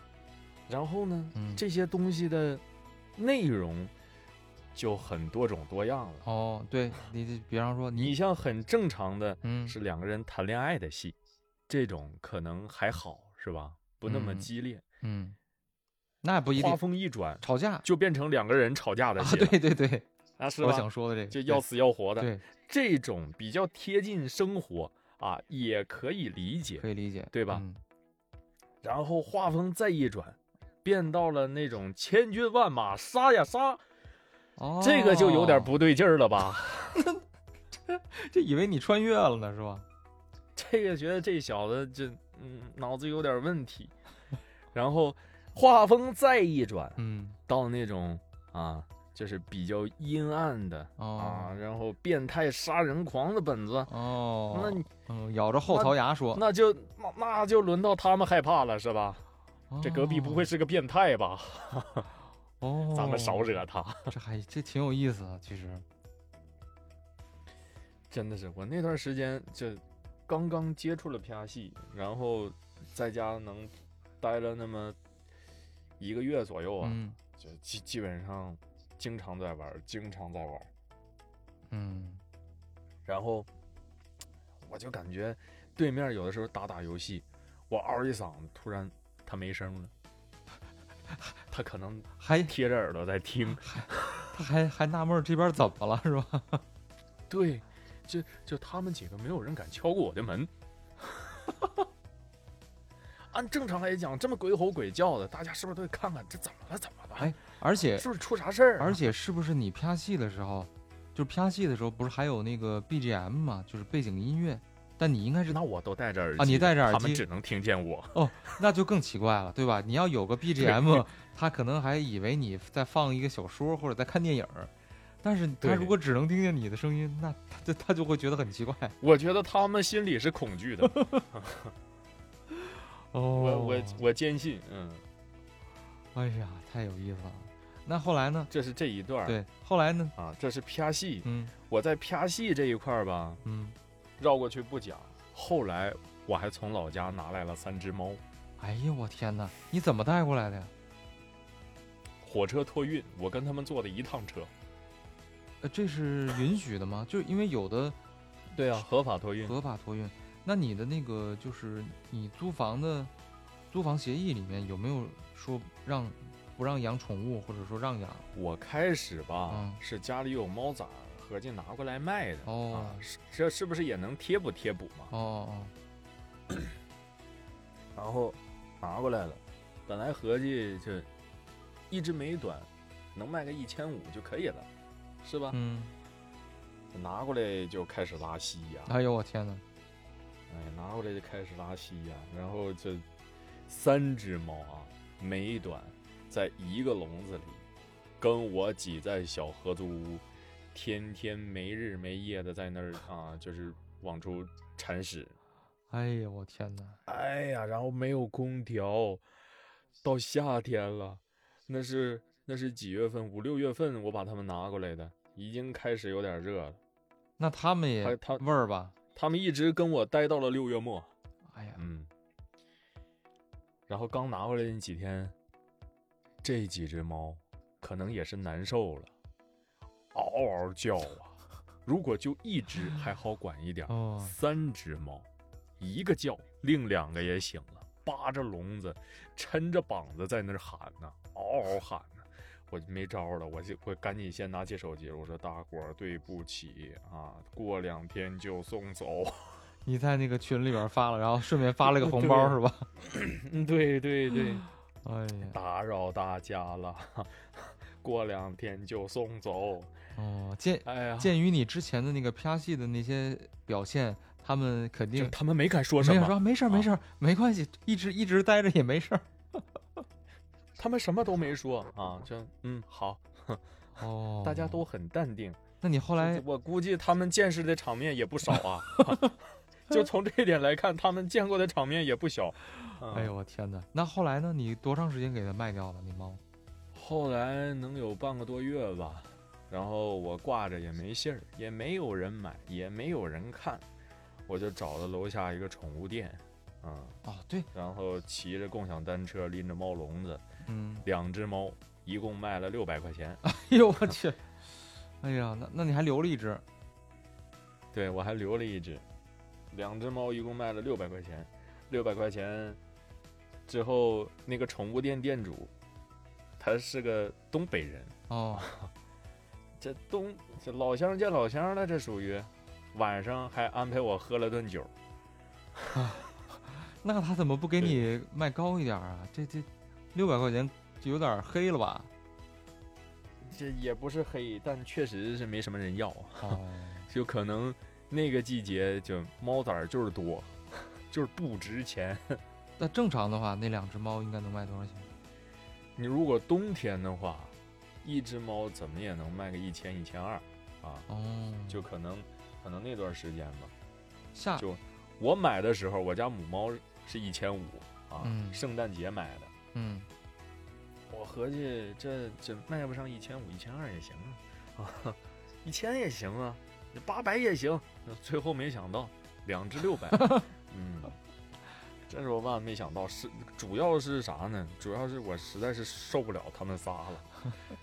然后呢，
嗯，
这些东西的内容就很多种多样了。
哦，对你这，比方说
你
你，
像很正常的
嗯，
是两个人谈恋爱的戏，这种可能还好，是吧？不那么
嗯
激烈。
嗯，那不一
画
定，
风一转，
吵架啊，
就变成两个人吵架的戏了，
对对对，
啊是
我
吧
想？说的这个，
就
对
要死要活的，
对，
这种比较贴近生活啊，也可以理解
可。以理解，
对吧
嗯
然后画风再一转，变到了那种千军万马杀呀杀，
哦，
这个就有点，不对劲儿了吧？
这以为你穿越了呢，是吧？
这个觉得这小子这嗯脑子有点问题。然后画风再一转
嗯，
到那种啊，就是比较阴暗的啊
哦，
然后变态杀人狂的本子，
哦，
那你
嗯，咬着后
那
槽牙说，
那就那那就轮到他们害怕了是吧？这隔壁不会
哦
是个变态吧？
哦，
咱们少惹他。
这还这挺有意思啊，其实，
真的是，我那段时间就刚刚接触了啪戏，然后在家能待了那么一个月左右啊，
嗯
就基基本上经常在玩儿，经常在玩儿。
嗯
然后我就感觉对面有的时候打打游戏，我嗷一嗓子，突然他没 声了，他可能
还
贴着耳朵在听。
他还还纳闷儿这边儿怎么了是吧？
对，就就他们几个没有人敢敲过我的门。 按正常来讲，这么鬼吼鬼叫的，大家是不是都得看看这怎么了？怎么了？
哎而且
是不是出啥事儿啊？
而且是不是你啪戏的时候，就是啪戏的时候不是还有那个 BGM 嘛，就是背景音乐，但你应该是
那我都戴着耳机
啊你戴着耳
他们
机
只能听见我。
那就更奇怪了，对吧？你要有个 BGM，他可能还以为你在放一个小说或者在看电影儿，但是他
对
如果只能听见你的声音，那他就他就会觉得很奇怪。
我觉得他们心里是恐惧的。
哦，
我我我坚信，嗯，
哎呀，太有意思了。那后来呢？
这是这一段儿。
对，后来呢？
啊，这是啪戏。
嗯
我在啪戏这一块儿吧，
嗯，
绕过去不讲。后来我还从老家拿来了三只猫，
哎呀，我天哪，你怎么带过来的呀？
火车托运，我跟他们坐的一趟车。
呃，这是允许的吗？就是因为有的
对啊，合法托运。
合法托运，那你的那个就是你租房的租房协议里面有没有说让
啊
不让养宠物，或者说让养？
我开始吧、
嗯
是家里有猫崽儿合计拿过来卖的。
哦
啊，是这是不是也能贴补贴补嘛？
哦
然后拿过来了，本来合计这一支美短能卖个一千五就可以了，是吧
哦，？嗯，
拿过来就开始拉稀呀、
哎呦我天哪，
哎，拿过来就开始拉稀呀、然后这三只猫啊，美短在一个笼子里，跟我挤在小合租屋，天天没日没夜的在那儿啊，就是往出铲屎。
哎呀我天哪，
哎呀，然后没有空调，到夏天了，那是那是几月份？五六月份我把它们拿过来的，已经开始有点热了。
那他们也
他他
味儿吧？
它们一直跟我待到了六月末。
哎呀，
嗯，然后刚拿回来那几天，这几只猫可能也是难受了，嗷嗷叫啊。如果就一只还好管一点儿，
哦
三只猫，一个叫，另两个也醒了，扒着笼子，抻着膀子在那儿喊呢、嗷嗷喊呢、我就没招了，我就我赶紧先拿起手机，我说大伙儿对不起啊，过两天就送走。
你在那个群里边发了，然后顺便发了个红包
对
是吧？
嗯， 对对对。
哎呀，
打扰大家了， 过两天就送走。
哦，鉴
哎呀，
鉴于你之前的那个啪戏的那些表现，他们肯
就
定
他们没敢说什
没有
么，
说没事儿
啊
没事儿、没关系，一直一直待着也没事儿。
他们什么都没说啊，就嗯好，
哦，
大家都很淡定。
那你后来
我估计他们见识的场面也不少啊， 就从这一点来看，他们见过的场面也不小。啊
哎呦，我天哪！那后来呢？你多长时间给它卖掉了？你猫？
后来能有半个多月吧，然后我挂着也没信儿，也没有人买，也没有人看，我就找了楼下一个宠物店，嗯。
哦，对，
然后骑着共享单车，拎着猫笼子，
嗯，
两只猫一共卖了六百块钱。
哎呦我去， 哎呀，那那你还留了一只，
对我还留了一只，两只猫一共卖了六百块钱，六百块钱之后，那个宠物店店主，他是个东北人，
哦，
这东这老乡见老乡了，这属于。晚上还安排我喝了顿酒，
那他怎么不给你卖高一点儿啊？这这六百块钱就有点儿黑了吧？
这也不是黑，但确实是没什么人要。
哦，
就可能那个季节就猫崽儿就是多， 就是不值钱。
那正常的话，那两只猫应该能卖多少钱？
你如果冬天的话，一只猫怎么也能卖个一千一千二啊，
哦，
就可能可能那段时间吧。
下
就我买的时候，我家母猫是一千五啊，
嗯
圣诞节买的。
嗯，
我合计这这卖不上一千五、一千二也行啊，啊， 一千也行啊，八百也行。最后没想到两只 六百，嗯，这是我万万没想到，是主要是啥呢？主要是我实在是受不了他们仨了，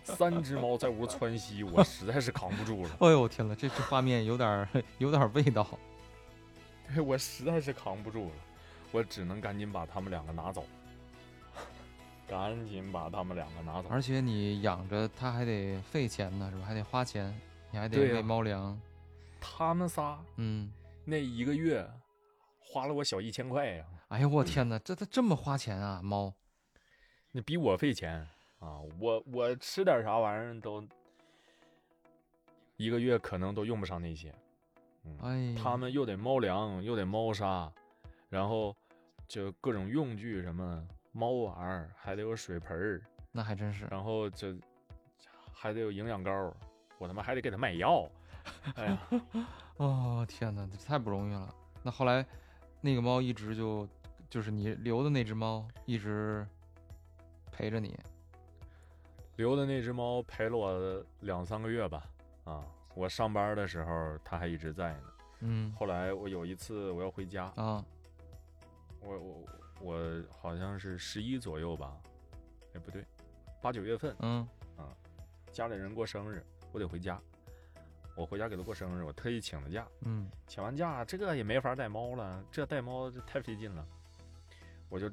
三只猫在屋窜稀，我实在是扛不住了，
哎呦我天呐，这这画面有点儿 有点儿味道。
对我实在是扛不住了，我只能赶紧把他们两个拿走，赶紧把他们两个拿走。
而且你养着它还得费钱呢，是吧？还得花钱，你还得
对呀
喂猫粮。
他们仨
嗯，
那一个月花了我小一千块呀、
哎呦我天呐，这它这么花钱啊，猫。
那比我费钱啊！我我吃点啥玩意儿都一个月可能都用不上那些，嗯，
哎，
他们又得猫粮，又得猫砂，然后就各种用具什么猫碗儿，还得有水盆儿，
那还真是。
然后这还得有营养膏儿，我他妈还得给他买药，哎呀，
哦天呐，这太不容易了。那后来，那个猫一直就就是你留的那只猫一直陪着你。
留的那只猫陪了我两三个月吧，啊，我上班的时候它还一直在呢。
嗯
后来我有一次我要回家，
啊
我我我好像是十一左右吧，哎不对，八九月份
嗯
家里人过生日，我得回家。我回家给他过生日，我特意请的假。
嗯
请完假，这个也没法带猫了，这带猫这太费劲了。我就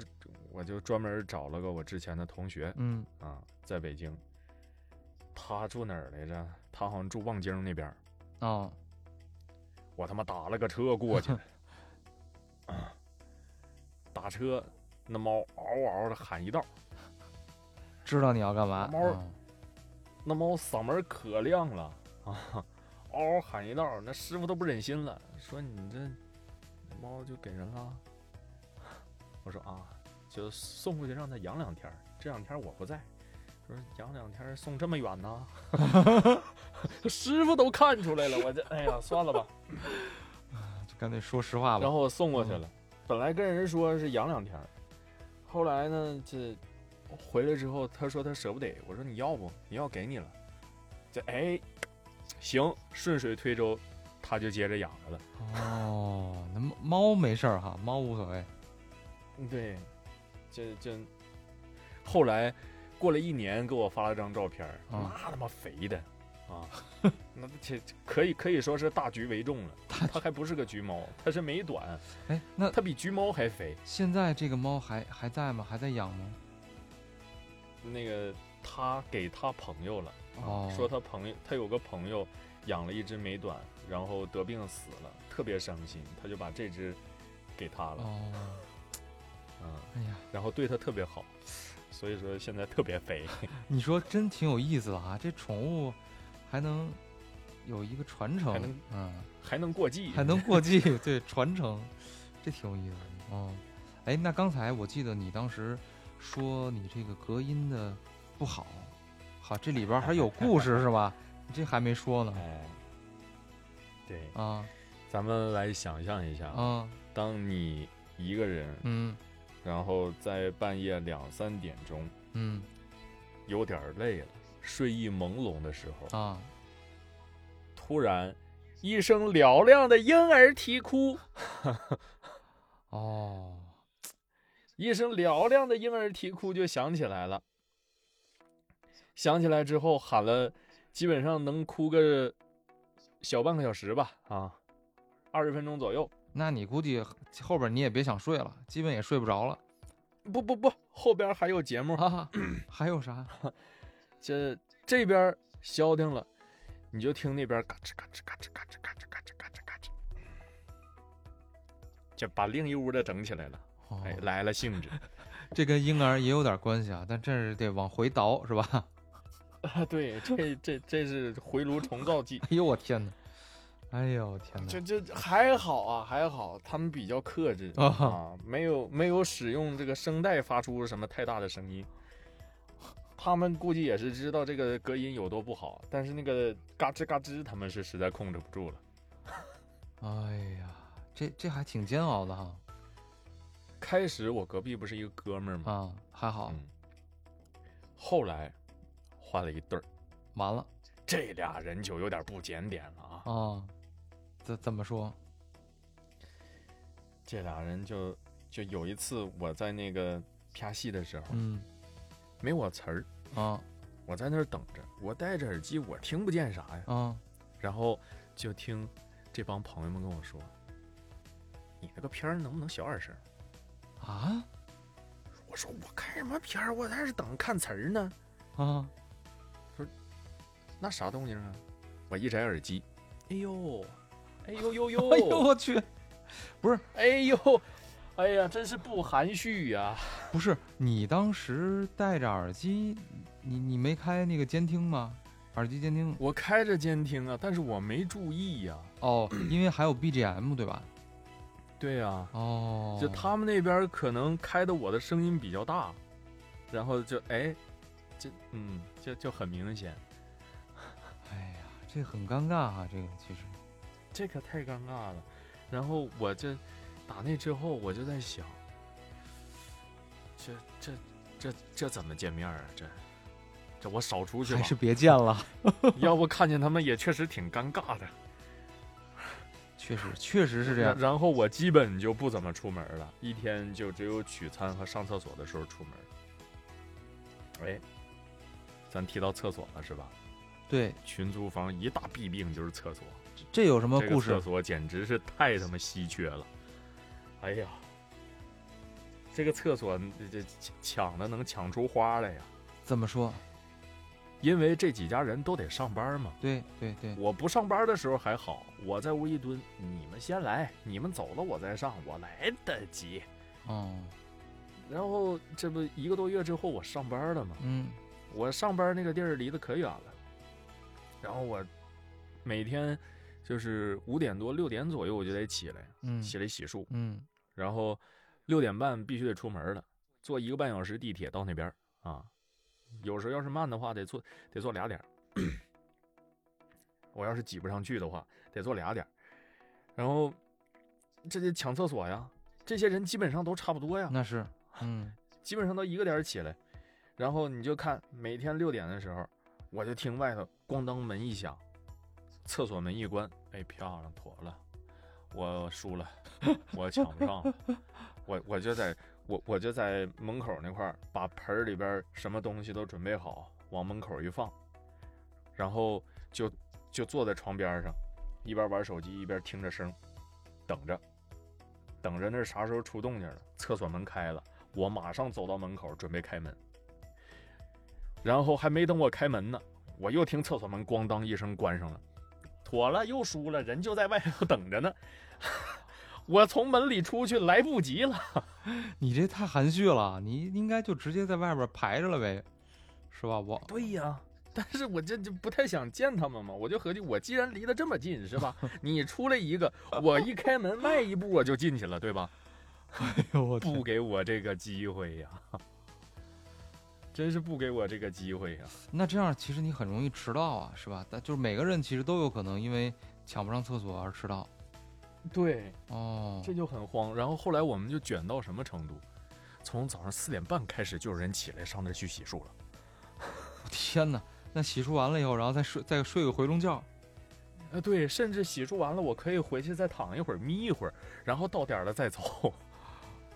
我就专门找了个我之前的同学
嗯
啊，在北京，他住哪儿来着？他好像住望京那边儿。
哦，
我他妈打了个车过去，啊打车那猫嗷嗷的喊一道，
知道你要干嘛。哦
猫儿那猫嗓门可亮了啊，嗷嗷喊一道，那师傅都不忍心了，说你这这猫就给人了。 我说啊，就送过去让它养两天儿，这两天我不在，说养两天儿送这么远呢， 师傅都看出来了，我这哎呀算了吧，
嗯就干脆说实话吧
然。后我送过去了。本来跟人说是养两天儿，后来呢，这回来之后，他说他舍不得，我说你要不你要给你了，这哎，行，顺水推舟，他就接着养着了。
哦，那猫猫没事儿哈，猫无所谓。
对，这这，后来过了一年，给我发了张照片儿，
啊
那他妈肥的 啊，那这这可以可以说是大橘为重了。它还不是个橘猫，它是美短，
哎，那
它比橘猫还肥。
现在这个猫还还在吗？还在养吗？
那个他给他朋友了，
哦，
说他朋友他有个朋友养了一只美短，然后得病死了，特别伤心，他就把这只给他了，
哦，
嗯，
哎呀，
然后对它特别好，所以说现在特 别肥。
你说真挺有意思的哈，这宠物还能有一个传承
还能，
嗯，
还能过季，
还能过继，对，传承，这挺有意思的哦。哎，那刚才我记得你当时说你这个隔音的不好，好，这里边还有故事是 吧？你这还没说呢
哎，对，
啊
咱们来想象一下，
啊
当你一个人，
嗯
然后在半夜两三点钟
嗯
有点儿累了，睡意朦胧的时候，
啊，
突然一声嘹亮的婴儿啼哭，
哦，
一声嘹亮的婴儿啼哭就响起来了。响起来之后喊了，基本上能哭个小半个小时吧，啊，二十分钟左右。
那你估计后边你也别想睡了，基本也睡不着了。
不不不，后边还有节目
啊， 还有啥？
这这边儿消停了，你就听那边儿嘎吱嘎吱嘎吱嘎吱嘎吱嘎吱嘎吱嘎吱，就把另一屋的整起来了。
哦
哎，来了兴致
这跟婴儿也有点关系啊，但这是得往回倒是吧？
啊！ 对，这这这是回炉重造剂。
哎呦我天哪！哎呦我天哪！
这这还好啊，还好，他们比较克制
啊
啊，没有没有使用这个声带发出什么太大的声音。他们估计也是知道这个隔音有多不好，但是那个嘎吱嘎吱，他们是实在控制不住了。
哎呀，这这还挺煎熬的哈
开始我隔壁不是一个哥们儿吗？
啊，还好
嗯，后来换了一对儿，
完了
这俩人就有点不检点了啊。
啊，怎怎么说？
这俩人就就有一次我在那个拍戏的时候，
嗯
没我词儿，
啊
我在那儿等着，我戴着耳机，我听不见啥呀。
啊
然后就听这帮朋友们跟我说：“你那个片儿能不能小点声儿
啊？”
我说：“我看什么片儿？我在这等看词儿呢。
啊！”
那啥动静啊？我一摘耳机，哎呦，哎呦呦呦，
哎呦我去！
哎呦，哎呀，真是不含蓄呀、
不是你当时戴着耳机，你你没开那个监听吗？耳机监听
我开着监听啊，但是我没注意呀、
哦，因为还有 BGM 对吧？
对啊呀、
哦，
就他们那边可能开的我的声音比较大，然后就哎，这嗯，就就很明显，
哎呀，这很尴尬哈、这个其实，
这可太尴尬了。然后我这打那之后，我就在想，这这这这怎么见面啊？这这我少出去吧
还，是 别见了。
要不看见他们也确实挺尴尬的。
确实，确实是这 样
然。然后我基本就不怎么出门了，一天就只有取餐和上厕所的时候出门。哎，咱提到厕所了是吧？
对，
群租房一大弊病就是厕所，
这有什么
这个
故
厕
事？
所简直是太他妈稀缺了。哎呀，这个厕所这这抢的能抢出花来呀！
怎么说？
因为这几家人都得上班嘛。
对对对，
我不上班的时候还好，我在屋一蹲，你们先来，你们走了我再上，我来得及。
哦，
然后这不一个多月之后我上班了嘛，
嗯
我上班那个地儿离得可远了，然后我每天就是五点多六点左右我就得起来，
嗯
起来洗漱，
嗯
然后六点半必须得出门了，坐一个半小时地铁到那边儿啊。有时候要是慢的话，得坐得坐俩点儿 我要是挤不上去的话，得坐俩点儿然后这些抢厕所呀，这些人基本上都差不多呀，
那是，嗯
基本上都一个点儿起来。然后你就看每天六点的时候，我就听外头咣当门一响，厕所门一关，哎，漂亮妥了，我输了， 我抢不上了， 我我就在我我就在门口那块儿把盆儿里边儿什么东西都准备好，往门口一放，然后就就坐在床边上，一边玩手机一边听着声，等着，等着那啥时候出动静了。厕所门开了，我马上走到门口准备开门，然后还没等我开门呢，我又听厕所门咣当一声关上了，妥了，又输了，人就在外头等着呢。 我从门里出去来不及了，
你这太含蓄了，你应该就直接在外边排着了呗，是吧？我
对呀、但是我这就不太想见他们嘛，我就合计，我既然离得这么近，是 吧？你出来一个，我一开门迈一步我就进去了，对吧？
哎呦我
不给我这个机会呀、 真是不给我这个机会呀、
那这样其实你很容易迟到啊，是吧？但就是每个人其实都有可能因为抢不上厕所而迟到。
对，
哦，
这就很慌。然后后来我们就卷到什么程度？从早上四点半开始就有人起来上那儿去洗漱了。
天哪！那洗漱完了以后，然后再睡再睡个回笼觉，
呃，对，甚至洗漱完了，我可以回去再躺一会儿，眯一会儿，然后到点儿了再 走。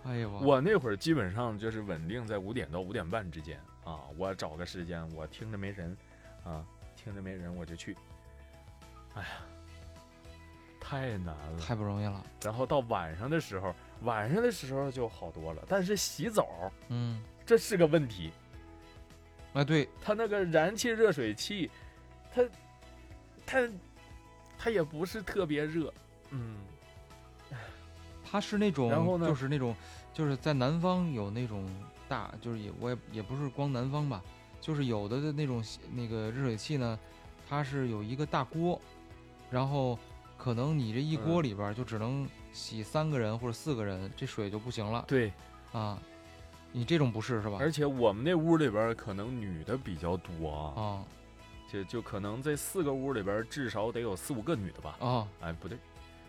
哎呦
我那会儿基本上就是稳定在五点到五点半之间啊，我找个时间，我听着没人，啊，听着没人我就去。哎呀，太难了。
太不容易了。
然后到晚上的时候，晚上的时候就好多了，但是洗澡
嗯，
这是个问题。
哎对，
它那个燃气热水器，它它它也不是特别热，嗯，
它是那种，
然后呢
就是那种，就是在南方有那种大，就是也我也也不是光南方吧，就是有的的那种那个热水器呢，它是有一个大锅，然后可能你这一锅
嗯
里边儿就只能洗三个人或者四个人，这水就不行了
对，
啊。你这种不是是吧？
而且我们那屋里边儿可能女的比较多啊，
啊
就就可能这四个屋里边儿至少得有四五个女的吧，
啊，
哎，不对，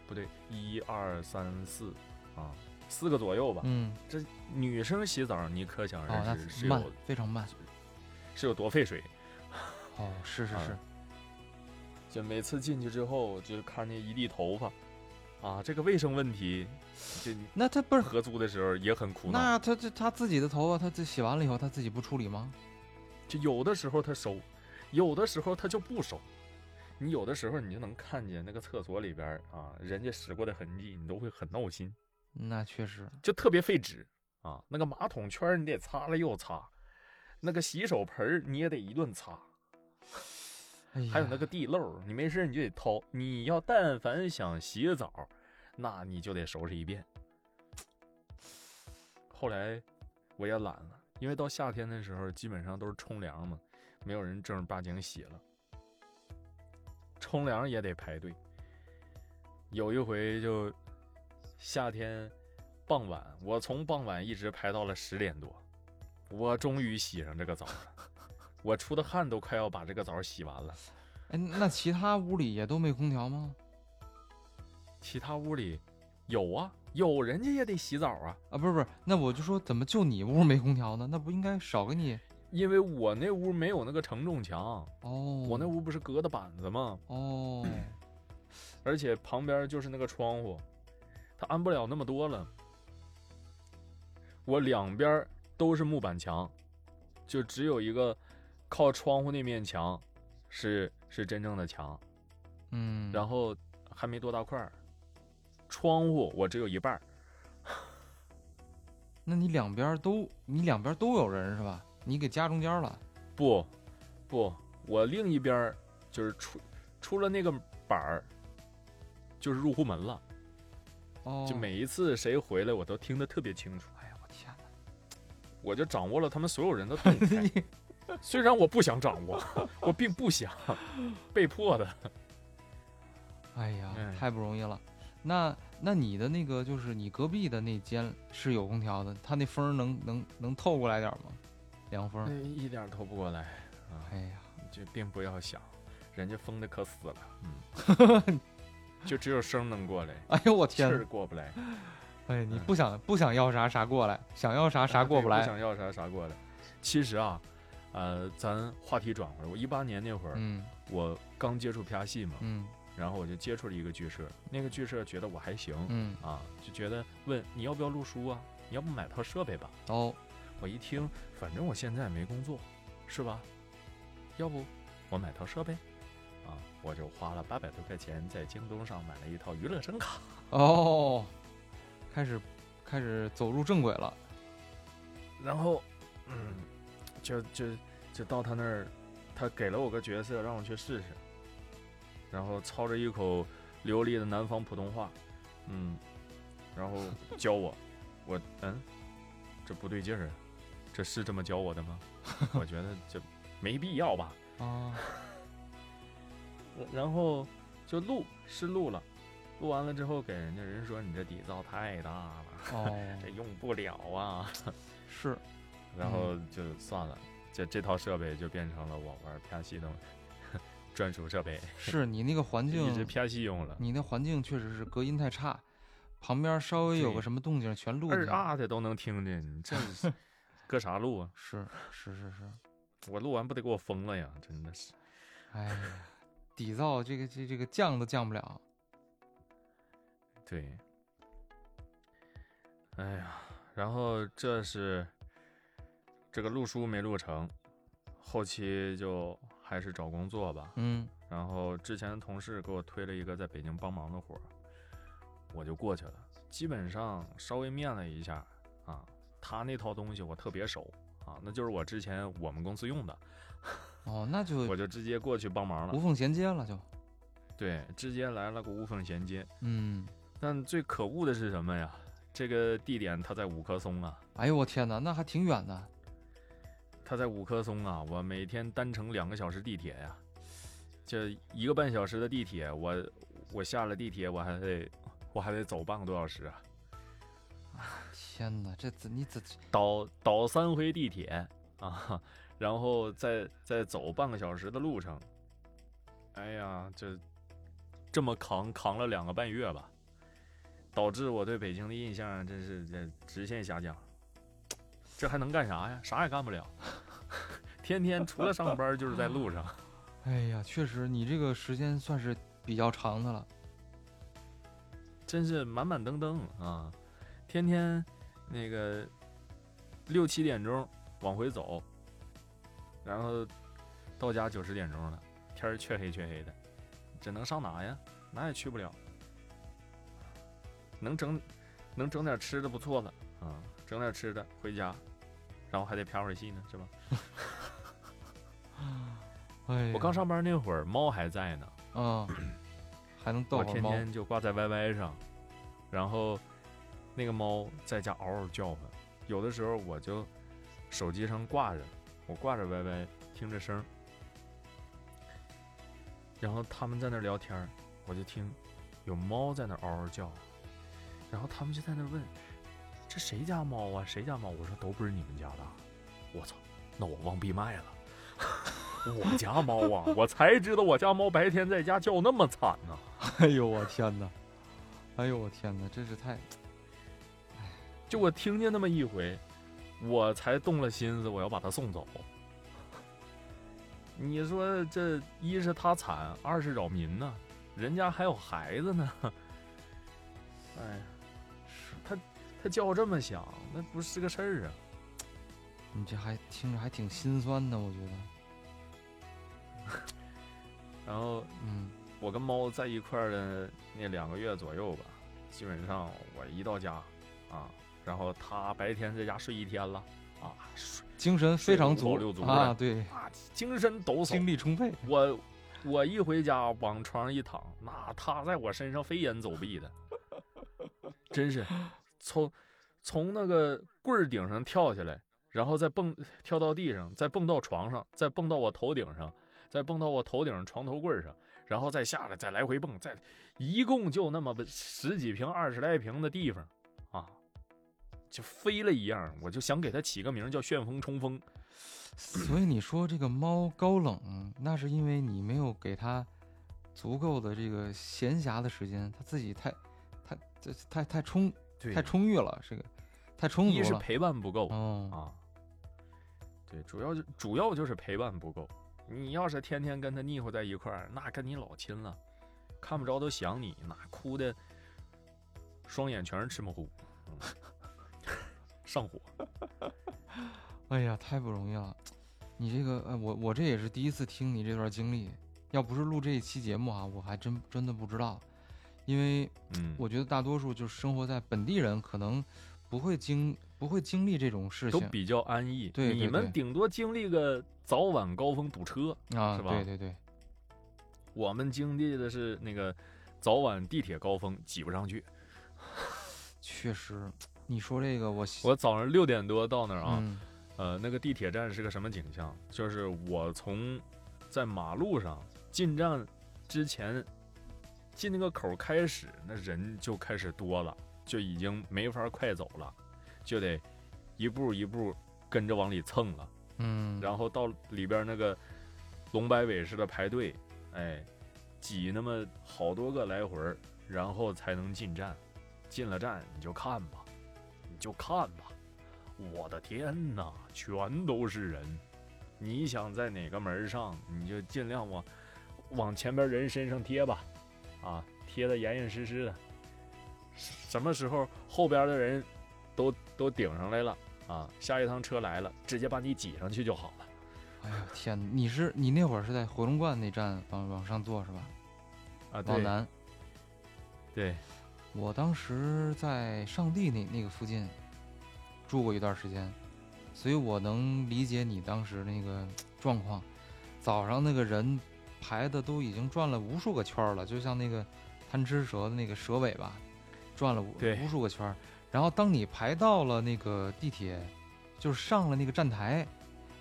不对，一二三四啊，四个左右吧。
嗯，
这女生洗澡你可想
哦，
而知是
那
有、
慢，非常慢。
是有多费水，
哦，是是
啊
是，
就每次进去之后就看见一地头发，啊，这个卫生问题，就
那他不是
合租的时候也很苦恼。
那他这他自己的头发，他自洗完了以后，他自己不处理吗？
就有的时候他收，有的时候他就不收。你有的时候你就能看见那个厕所里边儿啊，人家使过的痕迹，你都会很闹心，
那确实，
就特别费纸啊。那个马桶圈儿你得擦了又擦，那个洗手盆儿你也得一顿擦，
哎呀
还有那个地漏儿，你没事儿你就得掏。你要但凡想洗澡，那你就得收拾一遍。后来我也懒了，因为到夏天的时候基本上都是冲凉嘛，没有人正儿八经洗了。冲凉也得排队。有一回就夏天傍晚，我从傍晚一直排到了十点多，我终于洗上这个澡了。我出的汗都快要把这个澡洗完了。
哎，那其他屋里也都没空调吗？
其他屋里有啊，有人家也得洗澡啊，
啊，不是不是，那我就说怎么就你屋没空调呢？那不应该少给你
因为我那屋没有那个承重墙，
哦？
我那屋不是隔的板子吗？
哦，
而且旁边就是那个窗户，它安不了那么多了。我两边都是木板墙，就只有一个靠窗户那面墙是是真正的墙，
嗯，
然后还没多大块儿。窗户我只有一半儿，
那你两边都你两边都有人是吧？你给夹中间了
不，不，我另一边儿就是出出了那个板儿，就是入户门了。
哦，
就每一次谁回来，我都听得特别清楚，
哎呀，我天哪！
我就掌握了他们所有人的 动态。虽然我不想掌握，我并不想，被迫的。
哎呀
哎，
太不容易了。那那你的那个就是你隔壁的那间是有空调的，它那风儿能能能透过来点儿吗？凉风儿。
一点透不过来，
哎呀，
就并不要想，人家封的可死了，嗯， 就只有声能过来，
哎呦我
气
天
儿
哪！
过不来，
哎，你
嗯
不想不想要啥啥过来，想要啥啥过
不
来。
想要啥啥过来。其实啊，呃，咱话题转回来，我一八年那会儿，
嗯
我刚接触啪戏嘛，
嗯
然后我就接触了一个剧社，那个剧社觉得我还行，
嗯，
啊，就觉得问你要不要录书啊？你要不买套设备吧？
哦，
我一听，反正我现在没工作，是吧？要不我买套设备？啊，我就花了八百多块钱在京东上买了一套娱乐声卡。
哦，开始开始走入正轨了。
然后，嗯，就就就到他那儿，他给了我个角色让我去试试，然后操着一口流利的南方普通话，嗯，然后教我，我嗯，这不对劲儿啊，这是这么教我的吗？ 我觉得这没必要吧。
啊，
然后就录试录了，录完了之后给人家人说你这底噪太大了，
哦，
这用不了啊。
是，
然后就算了，这这套设备就变成了我玩 P R 系的 专属设备，
是你那个环
就一直
境，
P R 系用了，
你那环境确实是隔音太差，旁边稍微有
对
个什么动静全录
二
进去。
啊的都能听见，你这搁啥录啊？
是是是是，
我录完不得给我封了呀！真的是，
哎呀，底噪这个这这个降都降不了。
对，哎呀，然后这是这个录书没录成，后期就还是找工作吧。
嗯
然后之前同事给我推了一个在北京帮忙的活儿，我就过去了。基本上稍微面了一下啊，他那套东西我特别熟啊，那就是我之前我们公司用的，
哦，那就
我就直接过去帮忙
无
了。
缝衔接了就。
对，直接来了个无缝衔接。
嗯，
但最可恶的是什么呀？这个地点它在五棵松啊，
哎呦我天哪，那还挺远的。
它在五棵松啊，我每天单程两个小时地铁呀、这一个半小时的地铁，我我下了地铁我还得我还得走半个多小时啊。
天哪，这怎你怎
倒倒三回地铁啊，然后再再走半个小时的路程。哎呀，这这么扛扛了两个半月吧，导致我对北京的印象真是这直线下降。这还能干啥呀？啥也干不了， 天天除了上班就是在路上。
哎呀，确实你这个时间算是比较长的了。
真是满满登登啊！天天那个六七点钟往回走，然后到家九十点钟了，天儿黢黑黢黑的，这能上哪呀？哪也去不了。能整能整点吃的不错了啊，整点吃的回家，然后还得拍会儿戏呢，是吧？
哎呀，
我刚上班那会儿，猫还在呢，
嗯， 还能逗
我
会儿
天
猫。
天就挂在 YY 上，然后那个猫在家嗷嗷叫唤，有的时候我就手机上挂着，我挂着 YY 听着声儿，然后他们在那儿聊天儿，我就听有猫在那儿嗷嗷叫，然后他们就在那儿问这谁家猫啊，谁家猫？我说都不是你们家的啊，我操，那我忘闭麦了。 我家猫啊，我才知道我家猫白天在家叫那么惨呢、
哎呦我天哪，哎呦我天哪，真是太……
就我听见那么一回，我才动了心思，我要把它送走。你说这一是他惨，二是扰民呢，人家还有孩子呢。哎，
是
他他叫这么响，那不是个事儿啊。
你这还听着还挺心酸的，我觉得。
然后
嗯
我跟猫在一块儿的那两个月左右吧，基本上我一到家啊，然后它白天在家睡一天了，啊，
精神非常足
水流足
啊，
的
对，
啊，精神抖擞
精，力充沛，
我我一回家往床上一躺，那他在我身上飞檐走壁的，真是从从那个棍儿顶上跳下来，然后再蹦跳到地上，再蹦到床上，再蹦到我头顶上，再蹦到我头顶上床头柜儿上，然后再下来，再来回蹦，再一共就那么个十几平、二十来平的地方啊。就飞了一样，我就想给它起个名儿叫旋风冲锋。
所以你说这个猫高冷，那是因为你没有给它足够的这个闲暇的时间，它自己太、太、这太太充、
对
太充裕了，这个太充
一
足
是
了。
陪伴不够，
哦，
啊，对，主要就主要就是陪伴不够。你要是天天跟他腻乎在一块儿，那跟你老亲了，看不着都想你，那哭的双眼全是赤目虎，嗯 上火。
哎呀，太不容易了。你这个，呃，我我这也是第一次听你这段经历，要不是录这一期节目啊，我还真真的不知道，因为
嗯，
我觉得大多数就是生活在本地人，可能不会经不会经历这种事
都
情
比较安逸。
对对
你
对
们顶多经历个早晚高峰堵车，
啊。
是吧
对对对，
我们经历的是那个早晚地铁高峰挤不上去。
确实，你说这个我
我早上六点多到那儿啊，
嗯
呃，那个地铁站是个什么景象？就是我从在马路上进站之前，进那个口儿开始，那人就开始多了，就已经没法快走了，就得一步一步跟着往里蹭了。
嗯，
然后到里边那个龙摆尾似的排队，哎，挤那么好多个来回儿，然后才能进站。进了站你就看吧，你就看吧，我的天哪，全都是人！你想在哪个门儿上，你就尽量往往前边人身上贴吧，啊，贴的严严实实的。什么时候后边的人都都顶上来了？啊，下一趟车来了，直接把你挤上去就好了。
哎呀天哪，你是你那会儿是在回龙观那站往往上坐是吧？
啊，
往
对
南，
对，
我当时在上地那那个附近住过一段时间，所以我能理解你当时那个状况。早上那个人排的都已经转了无数个圈儿了，就像那个贪吃蛇的那个蛇尾巴，转了无
对
无数个圈儿。然后当你排到了那个地铁，就是上了那个站台，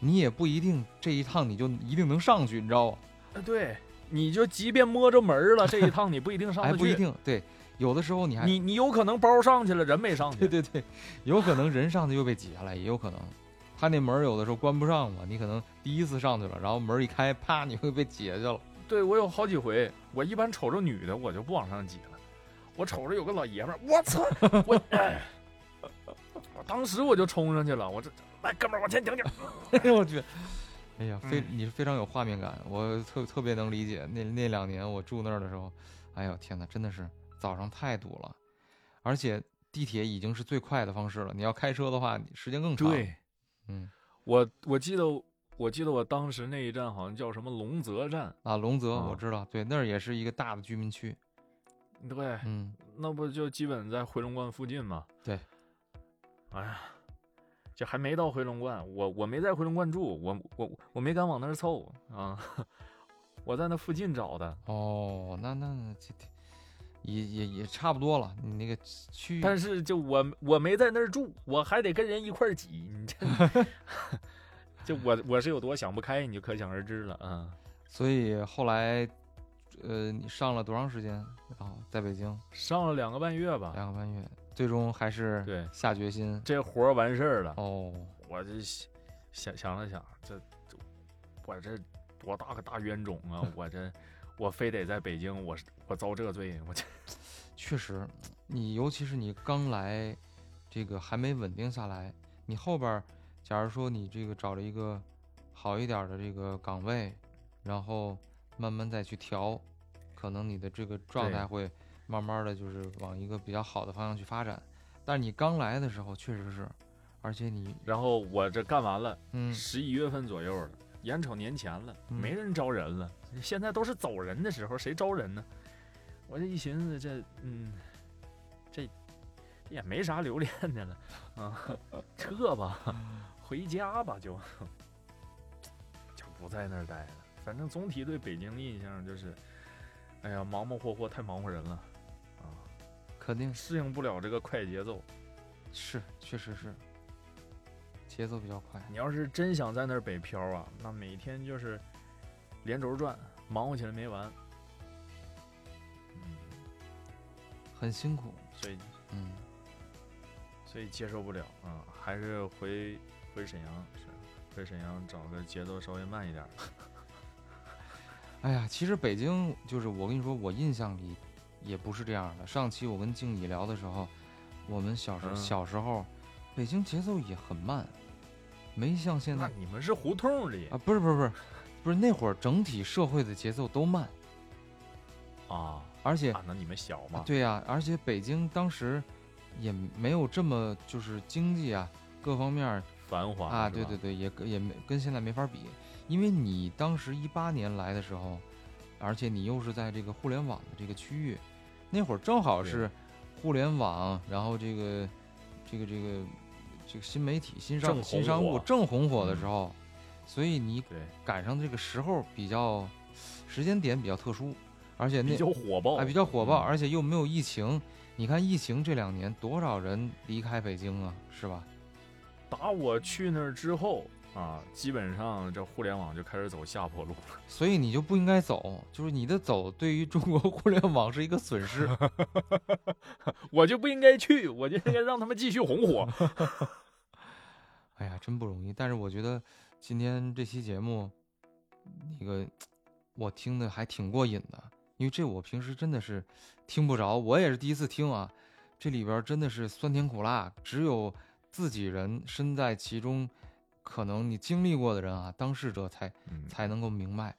你也不一定这一趟你就一定能上去，你知道吗？
啊对，你就即便摸着门儿了，这一趟你不一定 上
还
得去，
不一定，对，有的时候你还
你你有可能包上去了，人没上去。
对对对，有可能人上去又被挤下来，也有可能他那门儿有的时候关不上嘛，你可能第一次上去了，然后门儿一开，啪，你会被挤下去了。
对我有好几回，我一般瞅着女的我就不往上挤了，我瞅着有个老爷们儿，我操，我、 哎我当时我就冲上去了，我这来哥们儿往前顶顶，
哎呦我去，哎呀，非
嗯
你是非常有画面感，我特特别能理解。那那两年我住那儿的时候，哎呦天哪，真的是早上太堵了，而且地铁已经是最快的方式了。你要开车的话，时间更长。，，嗯，
我我记得我记得我当时那一站好像叫什么龙泽站，
啊，龙泽
啊
我知道，对，那儿也是一个大的居民区。
对，
嗯，
那不就基本在回龙观附近吗？
对。
哎呀，这还没到回龙观，我我没在回龙观住，我我我没敢往那儿凑啊， 我在那附近找的。
哦，那那那这这也也也差不多了，你那个区域。
但是就我我没在那儿住，我还得跟人一块儿挤，你这 就我我是有多想不开，你就可想而知了啊。
所以后来，呃，你上了多长时间啊、在北京
上了两个半月吧，
两个半月，最终还是
对，
下决心
这活儿完事儿了，
哦，
我这想想想了想，这这我这多大个大冤种啊！我这我非得在北京，我是我遭这罪，我这
确实，你尤其是你刚来，这个还没稳定下来，你后边儿假如说你这个找了一个好一点儿的这个岗位，然后慢慢再去调，可能你的这个状
对
态会慢慢的就是往一个比较好的方向去发展。但是你刚来的时候确实是，而且你
然后我这干完了，
嗯
十一月份左右了，眼瞅年前了，
嗯
没人招人了，现在都是走人的时候，谁招人呢？我这一寻思，这嗯，这这也没啥留恋的了啊，撤吧，回家吧，就就不在那儿待了。反正总体对北京的印象就是，哎呀，忙忙活活太忙活人了啊，
肯定
适应不了这个快节奏。
是，确实是，节奏比较快。
你要是真想在那儿北漂啊，那每天就是连轴转，忙活起来没完。嗯，
很辛苦。
所以
嗯，
所以接受不了啊、嗯还是回回沈阳是回沈阳找个节奏稍微慢一点儿的。
哎呀，其实北京就是我跟你说，我印象里也不是这样的。上期我跟静怡聊的时候，我们小时候、
嗯
小时候，北京节奏也很慢，没像现在
那你们是胡同里
啊，不是不是不是不是那会儿整体社会的节奏都慢，
啊
而且
啊？那你们小
啊
嘛？
对呀、而且北京当时也没有这么就是经济啊各方面儿
繁华
啊，
是
对
吧
对对，也跟也没跟现在没法比，因为你当时一八年来的时候，而且你又是在这个互联网的这个区域，那会儿正好
对
是互联网，然后这个这个这个这个新媒体、新商
正
新
红
商务
火
正红火的时
嗯
候，所以你
对
赶上这个时候比较时间点比较特殊，而且那
比较火爆
哎，比较火爆，
嗯
而且又没有疫情。你看疫情这两年多少人离开北京啊，是吧？
打我去那儿之后啊，基本上这互联网就开始走下坡路了。
所以你就不应该走，就是你的走对于中国 互联网是一个损失。
我就不应该去，我就应该让他们继续红 火。
哎呀，真不容易。但是我觉得今天这期节目，那个我听的还挺过瘾的，因为这我平时真的是听不着，我也是第一次听啊。这里边儿真的是酸甜苦辣，只有自己人身在其中，可能你经历过的人啊，当事者才
嗯，
才能够明白。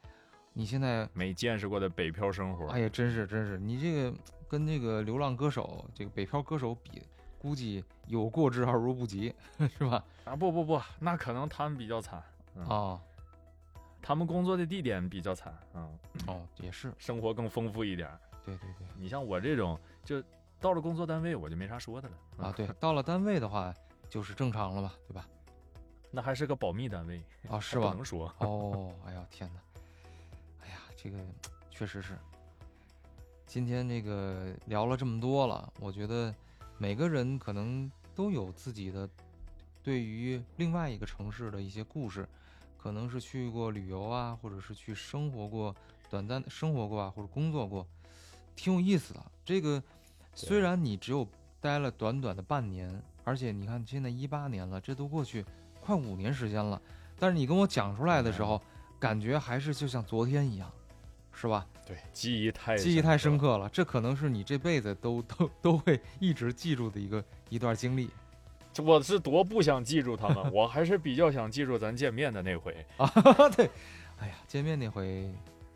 你现在，
没见识过的北漂生活，
哎呀，真是真是，你这个跟这个流浪歌手、这个北漂歌手比，估计有过之而无不及， 是吧？
啊不不不，那可能他们比较惨，嗯
哦
他们工作的地点比较惨，嗯，
哦，也是，
生活更丰富一点儿。
对对对。
你像我这种，就到了工作单位我就没啥说的了嗯
啊，对，到了单位的话就是正常了嘛，对吧？
那还是个保密单位，
啊，是
不
吧？
能说。
哦，哎呀，天哪！哎呀，这个确实是。今天这个聊了这么多了，我觉得每个人可能都有自己的对于另外一个城市的一些故事，可能是去过旅游啊，或者是去生活过短暂的生活过啊，或者工作过，挺有意思的。这个虽然你只有待了短短的半年，而且你看现在一八年了，这都过去快五年时间了，但是你跟我讲出来的时候，感觉还是就像昨天一样，是吧？
对，记忆太
记忆太深
刻了。
刻了，这可能是你这辈子都都都会一直记住的一个一段经历。
这我是多不想记住他们，我还是比较想记住咱见面的那回。
对，哎呀，见面那回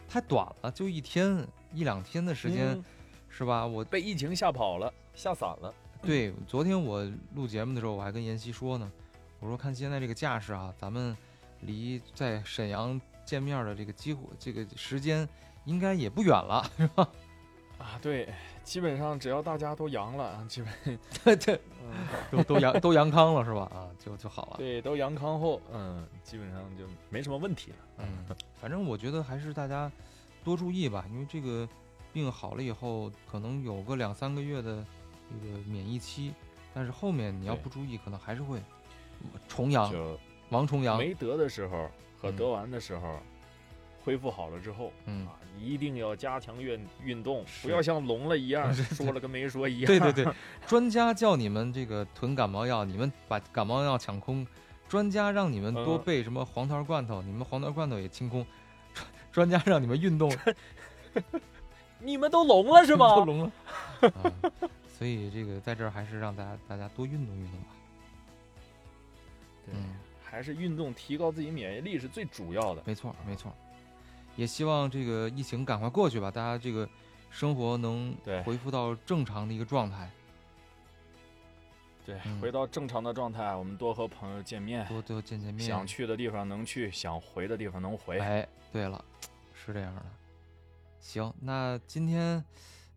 太短了，就一天一两天的 时间，
嗯
是吧？我
被疫情吓跑了，吓散了。
对昨天我录节目的时候，我还跟妍希说呢，我说看现在这个架势啊，咱们离在沈阳见面的这个机会，这个时间应该也不远了。
啊，对，基本上只要大家都阳了，基本、
这这
嗯、
都都阳都阳康了是吧？啊，就就好了。
对都阳康后，嗯，基本上就没什么问题了。
嗯，反正我觉得还是大家多注意吧，因为这个病好了以后，可能有个两三个月的这个免疫期，但是后面你要
对嗯
不注意，可能还是会重阳，
就
王重阳。
没得的时候和
啊嗯
得完的时候，恢复好了之后
嗯，
啊，一定要加强运运动，
是
不要像聋了一样，说了跟没说一样。
对对对，专家叫你们这个囤感冒药，你们把感冒药抢空，专家让你们多
嗯
备什么黄桃罐头，你们黄桃罐头也清空，专专家让你们运动，
你们都聋了 是
都
吗？
聋了。啊所以这个在这儿还是让大家大家多运动运动吧。
对
嗯，
还是运动提高自己免疫力是最主要的。
没错，没错。也希望这个疫情赶快过去吧，大家这个生活能
对
恢复到正常的一个状态，
对
嗯，
回到正常的状态，我们多和朋友见面，
多多见见面。
想去的地方能去，想回的地方能回。
哎，对了，是这样的。行，那今天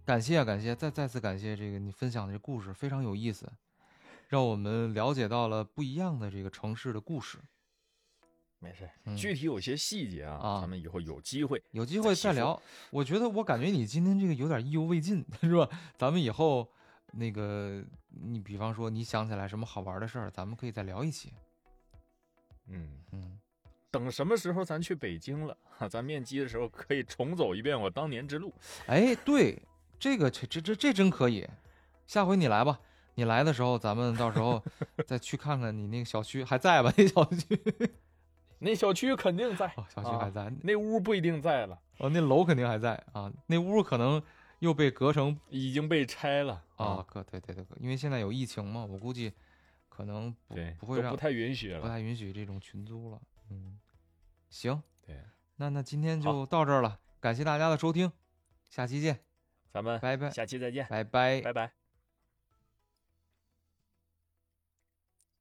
感谢啊感谢，再再次感谢这个你分享的这故事，非常有意思。让我们了解到了不一样的这个城市的故事。
没事儿
嗯，
具体有些细节啊，
啊
咱们以后有机会
有机会再聊。我觉得我感觉你今天这个有点意犹未尽， 是吧？咱们以后那个，你比方说你想起来什么好玩的事儿，咱们可以再聊一期。
嗯，
嗯，
等什么时候咱去北京了，哈咱面基的时候可以重走一遍我当年之路。
哎，对，这个这这这这真可以，下回你来吧。你来的时候，咱们到时 候再去看看你那个小区还在吧？那小区，
那小区肯定在，
哦、小区还在，
那屋不一定在了，
哦，那楼肯定还在啊，那屋可能又被隔成
已经被拆了
啊，。可对对对，因为现在有疫情嘛，我估计可能不
对，
不会
都
让
不太允许
不
了。
太允许这种群租了。嗯，行，
对，
那那今天
好
就到这儿了，感谢大家的收听，下期 见，
咱们
拜哎拜，
下期再见，
拜拜。
拜拜。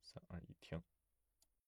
三二一。